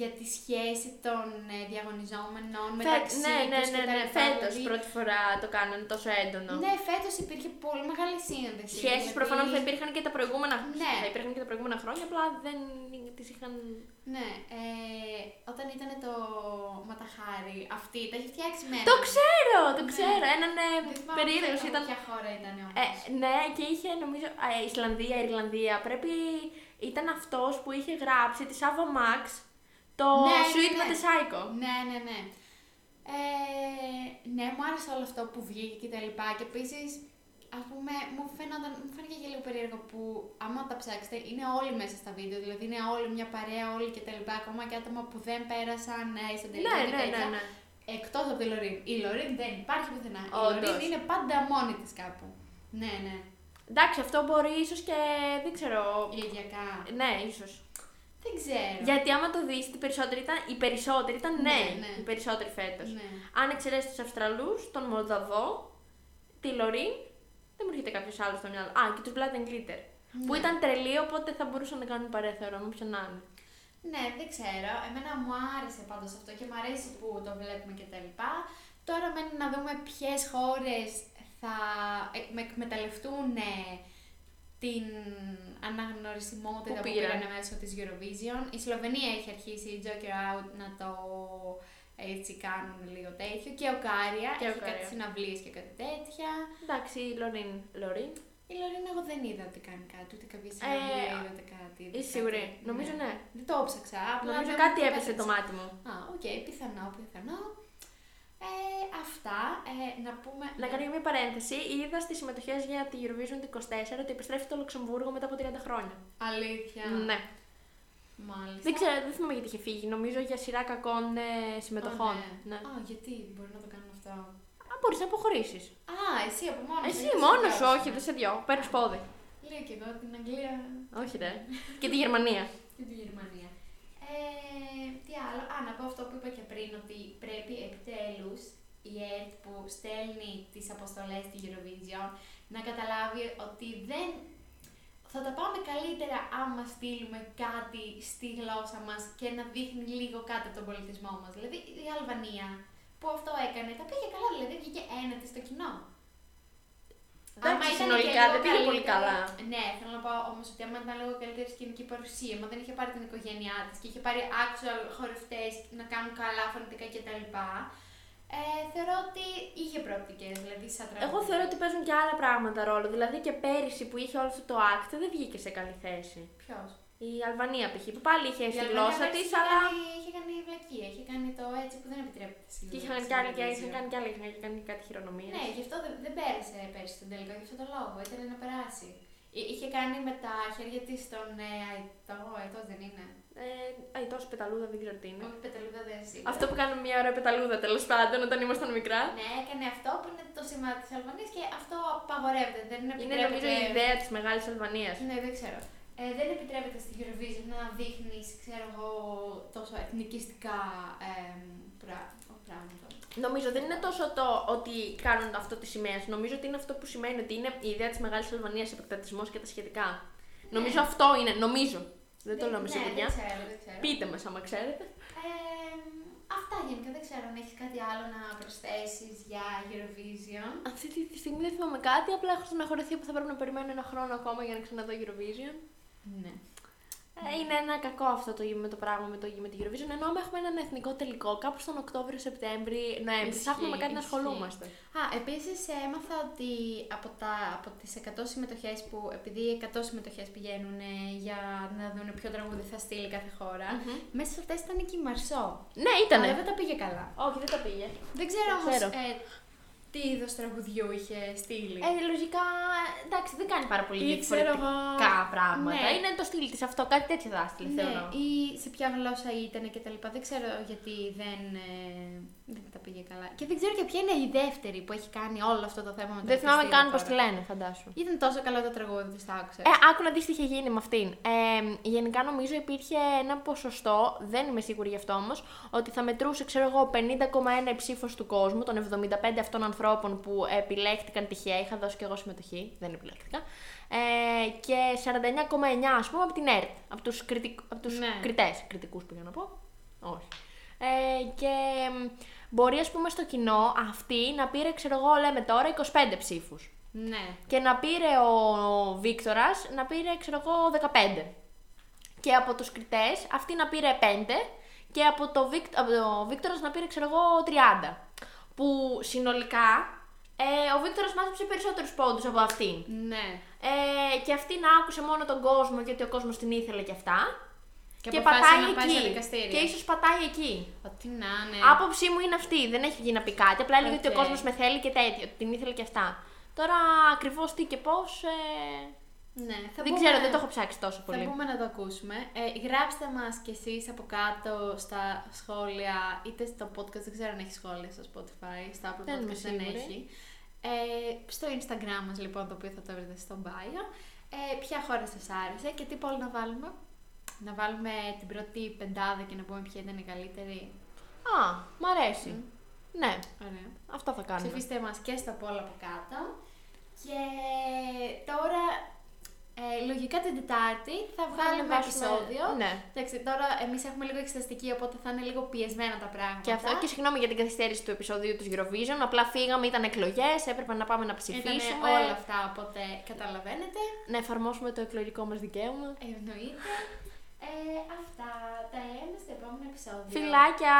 για τη σχέση των ε, διαγωνιζόμενων μεταξύ ναι, ναι, τους ναι, κτλ. ναι. Φέτος Δηλαδή, πρώτη φορά το κάνανε τόσο έντονο. ναι, φέτος υπήρχε πολύ μεγάλη σύνδεση. Σχέσεις Δηλαδή, προφανώς θα υπήρχαν και τα προηγούμενα Ναι. θα υπήρχαν και τα προηγούμενα χρόνια, απλά δεν τις είχαν. Ναι, ε, όταν ήταν το Ματαχάρι, αυτή τα είχε φτιάξει με. Το ξέρω, το Ε. Ναι. ξέρω. Έναν Δεν θυμάμαι περίεργος ποια- ήταν. Ποια χώρα ήταν όμως. Ε, ναι, και είχε νομίζω. ε, Ισλανδία, Ιρλανδία. Πρέπει. Ήταν αυτός που είχε γράψει τη Σάβα Μαξ το Ναι, ναι, Sweet ναι. with a Psycho. Ναι, ναι, ναι. Ε, ναι, μου άρεσε όλο αυτό που βγήκε και τα λοιπά. Και επίσης, ας πούμε, μου, φαίνονταν, μου φάνηκε και λίγο περίεργο που άμα τα ψάξετε, είναι όλοι μέσα στα βίντεο. Δηλαδή, είναι όλοι μια παρέα, όλοι και τα λοιπά. Ακόμα και άτομα που δεν πέρασαν ε, στην τελική Ναι, και ναι, τέτοια. ναι, ναι. Εκτός από τη Λωρίν. Η Λωρίν δεν υπάρχει πουθενά. Η Όντως. Λωρίν είναι πάντα μόνη της κάπου. Ναι, ναι. Εντάξει, αυτό μπορεί ίσως και. Δεν ξέρω. Ηλικιακά. Ναι, ίσως. Δεν ξέρω. Γιατί άμα το δεις, οι περισσότεροι ήταν, οι περισσότεροι ήταν Ναι, νέοι. ναι. Οι περισσότεροι φέτος. Ναι. Αν εξαιρέσεις τους Αυστραλούς, τον Μολδαβό, τη Λωρίν, δεν μου έρχεται κάποιος άλλος στο μυαλό. Α, και τους Blood and Glitter. Που Ναι. ήταν τρελοί, οπότε θα μπορούσαν να κάνουν παρέα, θεωρώ, με ποιον άλλο. Ναι, δεν ξέρω. Εμένα μου άρεσε πάντως αυτό και μου αρέσει που το βλέπουμε και τα λοιπά. Τώρα μένει να δούμε ποιες χώρες θα εκ- με εκμεταλλευτούν ε, την αναγνωρισιμότητα Που που, πήραν. πήραν μέσω της Eurovision. Η Σλοβενία έχει αρχίσει η Joker Out να το έτσι κάνουν λίγο τέτοιο και ο Κάρια Και ο έχει κάτι Κάρια. συναυλίες και κάτι τέτοια. Εντάξει, η Λωρίν. Λωρίν. Η Λωρίνα εγώ δεν είδα ότι κάνει κάτι, ούτε κάποια Ε, συναυλία είδατε κάτι. είδα Είσαι σίγουρη. κάτι. Νομίζω Ναι. ναι. Δεν το ψάξα, απλά Νομίζω δεν κάτι μου έπεσε πέταξε. το μάτι μου. Α, οκ, πιθανό, πιθανό. Ε, αυτά, ε, να πούμε... Να κάνω για μια παρένθεση. Είδα στις συμμετοχές για τη Eurovision του 24 ότι επιστρέφει το Λουξεμβούργο μετά από 30 χρόνια. Αλήθεια. Ναι. Μάλιστα. Δεν ξέρω, δεν θυμάμαι γιατί είχε φύγει. Νομίζω για σειρά κακών ε, συμμετοχών. Α, ναι. ναι. Α, γιατί μπορεί να το κάνουν αυτό. Α, μπορείς να αποχωρήσεις. Α, εσύ από μόνος Εσύ μόνος σου, ναι. όχι, δεν σε δυο. Παίρνεις πόδι. Λέω και εγώ την Αγγλία Όχι, ρε. Και τη Γερμανία. και τη Γερμανία. Ε, τι άλλο. Α, να πω αυτό που είπα και πριν, ότι πρέπει επιτέλους η ΕΡΤ που στέλνει τις αποστολές στη Eurovision να καταλάβει ότι δεν θα τα πάμε καλύτερα άμα στείλουμε κάτι στη γλώσσα μας και να δείχνει λίγο κάτι από τον πολιτισμό μας. Δηλαδή η Αλβανία που αυτό έκανε, τα πήγε καλά, δηλαδή βγήκε ένατη στο κοινό. Άμα Εντάξει, ήταν συνολικά και λίγο δεν πήγε πολύ καλύτερη- καλά. Ναι, θέλω να πω όμως ότι άμα ήταν λίγο καλύτερη σκηνική παρουσία, άμα δεν είχε πάρει την οικογένειά της και είχε πάρει actual χορευτές να κάνουν καλά φωνητικά κτλ. Ε, θεωρώ ότι είχε προοπτικές, δηλαδή σαν τραγούδι. Εγώ θεωρώ ότι παίζουν και άλλα πράγματα ρόλο. Δηλαδή και πέρυσι που είχε όλο αυτό το act δεν βγήκε σε καλή θέση. Ποιος. Η Αλβανία π.χ. που πάλι είχε στη γλώσσα τη, αλλά. Είχε κάνει βλακία, είχε κάνει το έτσι που δεν επιτρέπεται. στη Και είχαν γλώσσα, κάνει και στην είχαν Eurovision. κάνει και άλλα, είχαν κάνει κάτι χειρονομίες. Ναι, γι' αυτό δεν, δεν πέρασε πέρσι τον τελικό, γι' αυτό το λόγο. Ήθελε να περάσει. Εί- Είχε κάνει με τα χέρια της τον ε, αητό, αητός δεν είναι. Ε, αϊτός πεταλούδα, δεν ξέρω τι είναι. Όχι, πεταλούδα δεν είναι σίγουρα. Ναι. Αυτό που κάναμε μια ώρα πεταλούδα τέλος πάντων όταν ήμασταν μικρά. Ναι, έκανε αυτό που είναι το σήμα της Αλβανίας και αυτό απαγορεύεται. Δεν Είναι επιτρέπεται. νομίζω η ιδέα της μεγάλης Αλβανίας. Ναι, δεν ξέρω. Ε, δεν επιτρέπεται στην Eurovision να δείχνεις, ξέρω εγώ, τόσο εθνικιστικά ε, πράγματα. Νομίζω δεν είναι τόσο το ότι κάνουν αυτό τη σημαία. Νομίζω ότι είναι αυτό που σημαίνει ότι είναι η ιδέα της μεγάλης Αλβανίας, επεκτατισμός και τα σχετικά. Νομίζω αυτό είναι. Νομίζω. Δεν το λέω με ναι, δεν σιγουριά. ξέρω, δεν ξέρω. Πείτε μας άμα ξέρετε. Ε, αυτά γενικά δεν ξέρω αν έχεις κάτι άλλο να προσθέσεις για Eurovision. Αυτή τη- τη στιγμή δεν θυμάμαι κάτι. Απλά έχω στεναχωρηθεί που θα πρέπει να περιμένω ένα χρόνο ακόμα για να ξαναδώ Eurovision. Ναι. Ε, είναι ένα κακό αυτό το, με το πράγμα με, το, με την Eurovision. Ενώ άμα έχουμε έναν εθνικό τελικό κάπου στον Οκτώβριο, Σεπτέμβρη, Νοέμβρη, θα Ισχύει, έχουμε με κάτι να ισχύει. ασχολούμαστε. Α, επίσης ε, έμαθα ότι από, τα, από τις 100 συμμετοχές που, επειδή 100 συμμετοχές πηγαίνουν ε, για να δουν ποιο τραγούδι θα στείλει κάθε χώρα, Μμμ. μέσα σε αυτές ήταν και η Μαρσό. Ναι, Αλλά ήτανε. δεν τα πήγε καλά. Όχι, δεν τα πήγε. Δεν ξέρω Δεν όμως ξέρω. ε, τι είδος τραγουδιού είχε στείλει. Ε, λογικά, εντάξει, δεν κάνει πάρα πολύ Ή ξέρω διαφορετικά εγώ- πράγματα. Ναι. Είναι το στυλ της αυτό, κάτι τέτοιο θα έστειλε, ναι, θεωρώ. ή σε ποια γλώσσα ήταν και τα λοιπά. Δεν ξέρω γιατί δεν, ε, δεν τα πήγε καλά. Και δεν ξέρω και ποια είναι η δεύτερη που έχει κάνει όλο αυτό το θέμα με το Δεν θυμάμαι ηχητήριο καν πώς τώρα. τη λένε, φαντάσου. Ήταν τόσο καλό το τραγούδι, δεν το άκουσα. Ε, άκουνα τι είχε γίνει με αυτήν. Ε, γενικά νομίζω υπήρχε ένα ποσοστό, δεν είμαι σίγουρη γι' αυτό όμως, ότι θα μετρούσε, ξέρω εγώ, 50,1 ψήφος του κόσμου, των 75 αυτών ανθρώπων που επιλέχτηκαν τυχαία. Είχα δώσει κι εγώ συμμετοχή, δεν επιλέχθηκα. Ε, και 49,9 ας πούμε από την ΕΡΤ, από τους κριτικ... από τους Ναι. κριτές, κριτικούς πήγα να πω. Όχι. Ε, και μ, μπορεί ας πούμε στο κοινό αυτή να πήρε, ξέρω εγώ, λέμε τώρα 25 ψήφους. Ναι. Και να πήρε ο Βίκτορας, να πήρε, ξέρω εγώ, 15. Και από τους κριτές, αυτή να πήρε 5 και από το, Βίκ, από το Βίκτορας να πήρε, ξέρω εγώ, 30. Που συνολικά ε, ο Βίκτορας μάζεψε περισσότερους πόντους από αυτήν. Ναι. Ε, και αυτή να άκουσε μόνο τον κόσμο γιατί ο κόσμος την ήθελε και αυτά. Και αποφάσισε να πάει σε δικαστήριο. Και ίσως πατάει εκεί. Ότι να είναι. Άποψή μου είναι αυτή. Δεν έχει βγει να πει κάτι. Απλά έλεγε ότι ο Ναι. Οκ. κόσμος με θέλει και τέτοιο. Ότι την ήθελε και αυτά. Τώρα ακριβώς τι και πώς. Ναι, θα δεν μπούμε- ξέρω, δεν το έχω ψάξει τόσο Θα πολύ. μπούμε να το ακούσουμε. Ε, γράψτε μας κι εσείς από κάτω στα σχόλια, είτε στο podcast, δεν ξέρω αν έχει σχόλια στο Spotify, στα Apple Δεν είμαι Podcast δεν σίγουρη. έχει. Ε, στο Instagram μας λοιπόν, το οποίο θα το βρείτε στο bio. Ε, ποια χώρα σας άρεσε και τι πόλη να βάλουμε. Να βάλουμε την πρώτη πεντάδα και να πούμε ποια ήταν η καλύτερη. Α, μ' αρέσει. Ναι, Ωραία. αυτό θα κάνουμε. Ψηφίστε μας και στα πόλα από κάτω. Και τώρα Ε, λογικά την Τετάρτη θα βγάλουμε ανεβάσουμε- επεισόδιο. Ναι. Εντάξει, τώρα εμείς έχουμε λίγο εξεταστική, οπότε θα είναι λίγο πιεσμένα τα πράγματα. Και αυτό, και συγγνώμη για την καθυστέρηση του επεισοδίου του Eurovision. Απλά φύγαμε, ήταν εκλογές, έπρεπε να πάμε να Ήτανε ψηφίσουμε. όλα αυτά, οπότε καταλαβαίνετε. Να εφαρμόσουμε το εκλογικό μας δικαίωμα. Εννοείται. Ε, αυτά. Τα λέμε στο επόμενο επεισόδιο. Φιλάκια!